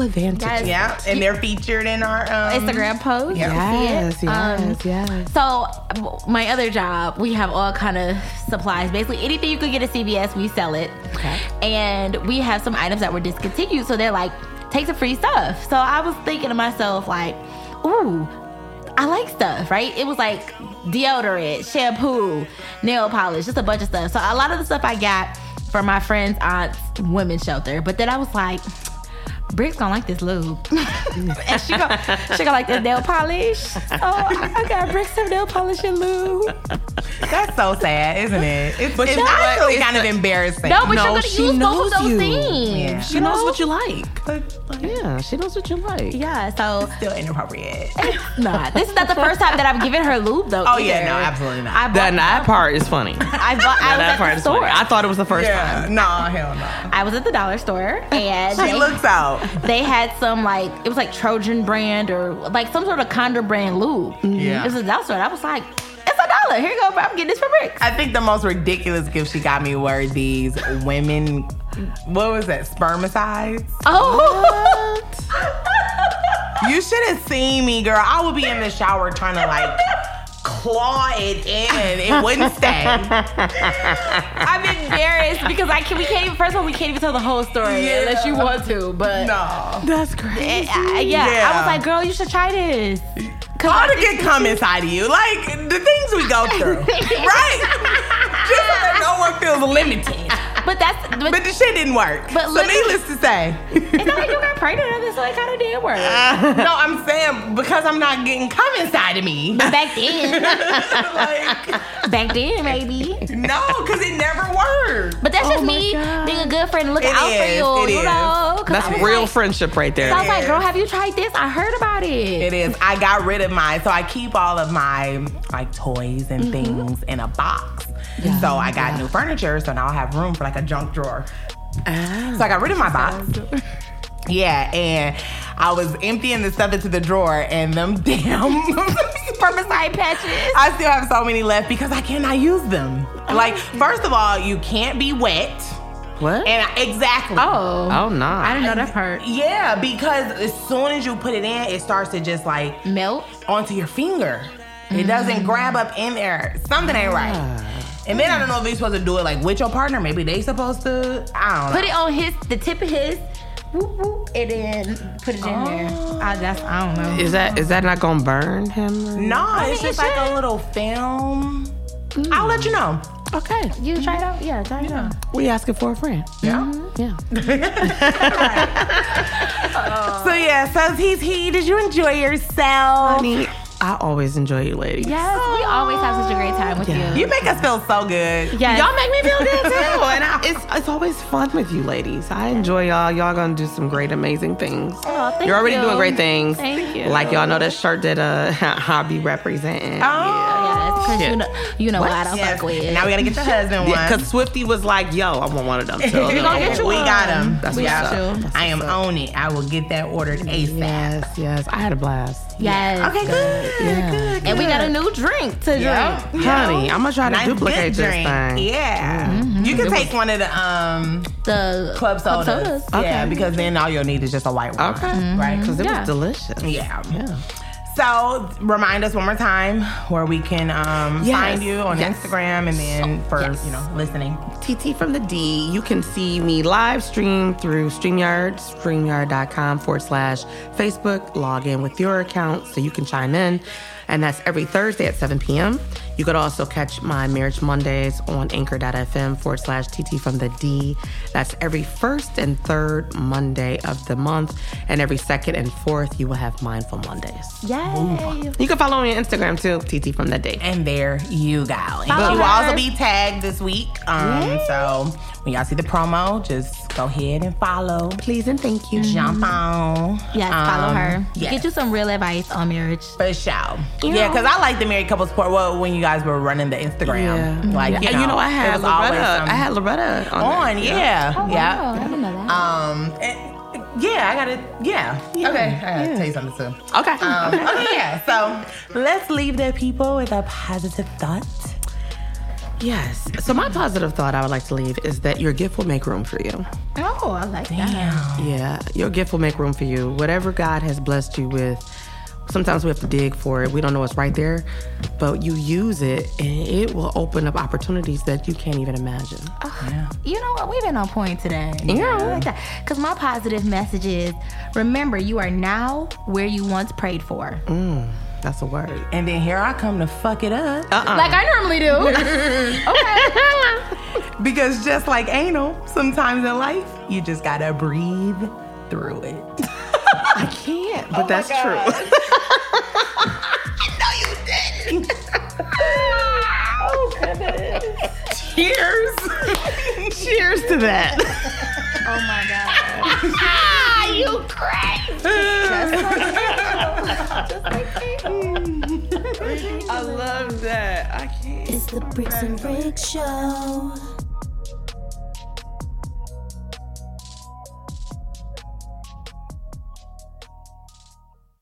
Yes.
advantage.
yeah, and they're featured in our um,
Instagram post.
Yeah.
You
Yes,
see it? Um,
yes, yes.
So w- my other job, we have all kind of supplies. Basically, anything you could get at CVS, we sell it.
Okay.
And we have some items that were discontinued, so they're like, take the free stuff. So I was thinking to myself, like, ooh, I like stuff, right? It was like deodorant, shampoo, nail polish, just a bunch of stuff. So a lot of the stuff I got from my friend's aunt's women's shelter. But then I was like, Brick's gonna like this lube. and she gonna, she gonna like this nail polish. So I, I got Brick some nail polish and lube.
That's so sad, isn't it? It's,
But
it's
you know what?
actually
It's
kind of embarrassing.
No, but
No,
you're gonna
she
use both
knows
of those
you.
things.
Yeah.
She
you
knows
know?
what you like.
but like,
Yeah, she knows what you like.
Yeah, so
still inappropriate.
nah. This is not the first time that I've given her lube though.
Oh yeah,
either.
no, absolutely not.
I
That
bought,
that part is funny. that
I bought, I was at
part
the
is
store.
funny. I thought it was the first
yeah,
time.
no, hell no.
I was at the dollar store and
She
they-
looks out.
they had some like it was like Trojan brand or like some sort of Condor brand lube.
Yeah.
It was a dollar store. and I was like, it's a dollar. Here you go, bro. I'm getting this for bricks.
I think the most ridiculous gift she got me were these women. What was that? Spermicides.
Oh.
You should have seen me, girl. I would be in the shower trying to like claw it in. It wouldn't stay.
I'm embarrassed because I can. We can't even. First of all, we can't even tell the whole story
Yeah.
unless you want to. But
No.
That's crazy.
Eh, I- yeah,
Yeah.
I was like, girl, you should try this.
All the good come inside of you. Like the things we go through. right? Just so that no one feels limited.
But that's but,
But the shit didn't work.
But
so
look-
needless to say.
it's not like you got pregnant or this. So it kind of did work.
no, I'm saying because I'm not getting come inside of me.
Back then,
like,
back then, maybe.
no, because it never worked.
But that's
Oh
just
my
me
God.
being a good friend, looking
It
out
is,
for
it
you. You
is.
know, 'Cause I
That's
was
real
like-
friendship right there.
So I was like,
is.
girl, have you tried this? I heard about
It
it.
is. I got rid of mine, so I keep all of my like toys
Mm-hmm.
and things in a box. So I got new furniture, so now I have room for like a junk drawer.
Ah,
So I got rid of my box. Yeah, and I was emptying the stuff into the drawer, and them damn
Spermicide patches. Oh
I still have so many left because I cannot use them. Like, first of all, you can't be wet.
what?
And I, exactly.
Oh.
oh, no.
I didn't know that part.
Yeah, because as soon as you put it in, it starts to just like
Melt.
onto your finger. It doesn't grab up in there. Something ain't right. And then I don't know if you're supposed to do it like with your partner. Maybe they supposed to. I don't know.
Put it on his, the tip of his, whoop, whoop, and then put it in there. I, that's, I don't know.
Is that is that not gonna burn him?
no,
mean,
it's
it
just like
should.
a little film. I'll let you know.
Okay,
You tried out? Yeah, try it out.
we asking for a friend.
Yeah.
Yeah.
So yeah. So he's he. Did you enjoy yourself?
Honey, I always enjoy you, ladies.
Yes, we always have such a great time with
Yeah.
you.
You make us feel so good.
Yes.
Y'all make me feel good too, and I, it's it's always fun with you, ladies. I enjoy y'all. Y'all gonna do some great, amazing things.
Aw, thank
You're already
you.
doing great things.
Thank you.
Like y'all know that shirt that uh hobby representing.
Oh, Yes, because you
Shit.
know, you know what? I don't
Oh. Yes.
fuck with.
Now we gotta get your husband one.
Because Swifty was like, "Yo, I want one of them." So
we
gonna get you one.
got him.
That's
we
what's
got
up.
him.
That's
I am
what's up.
on it. I will get that ordered ASAP.
Yes, yes. I had a blast,
yes.
Okay, good.
Yeah.
good,
And we got a
good.
new drink to
Yeah.
drink.
honey. I'm gonna try to
Nice good
duplicate this
drink.
thing.
Yeah.
Mm-hmm.
You can take one of the um
The
club sodas. Yeah,
Okay.
because then all you'll need is just a white one. Mm-hmm.
Okay.
Right? 'Cause-
Cause it
Yeah.
was delicious.
Yeah.
Yeah.
So remind us one more time where we can um,
Yes.
find you on
Yes.
Instagram and then for
Yes.
you know listening.
TT from the D. You can see me live stream through StreamYard, StreamYard.com forward slash Facebook. Log in with your account so you can chime in. And that's every Thursday at 7 p.m. You could also catch my Marriage Mondays on anchor.fm forward slash TT from the D. That's every first and third Monday of the month. And every second and fourth, you will have Mindful Mondays.
Yay.
You can follow me on Instagram too, TT from the D.
And there you go. And
Follow
you will
her.
also be tagged this week. Um, so when y'all see the promo, just Go ahead and follow.
Please and thank you.
Jump on.
Yes, follow
Um,
her.
yes.
Get you some real advice on marriage.
For sure. Yeah, because I like the married couple support. Well, when you guys were running the Instagram,
Yeah.
like you know,
and you know, I
it
had
was always
Loretta.
some-
I had Loretta on.
on.
there.
Yeah,
Oh, I
yeah.
didn't know that.
Um, and- yeah, I gotta. Yeah. Okay, I gotta tell you something too.
Okay.
Um,
okay.
okay, yeah. So let's leave the people with a positive thought.
Yes. So my positive thought I would like to leave is that your gift will make room for you.
oh, I like that.
Yeah.
Yeah, your gift will make room for you. Whatever God has blessed you with, sometimes we have to dig for it. We don't know what's right there, but you use it and it will open up opportunities that you can't even imagine.
You know what? We've been on point today.
Yeah.
I like that. Because my positive message is remember, you are now where you once prayed for.
That's a word.
And then here I come to fuck it up
Uh-uh.
Like I normally do. okay.
because just like anal, sometimes in life you just gotta breathe through it.
I can't, but that's true.
Cheers.
Cheers to that.
Oh my God.
I love that. I can't.
It's the Bricks and Brick Show.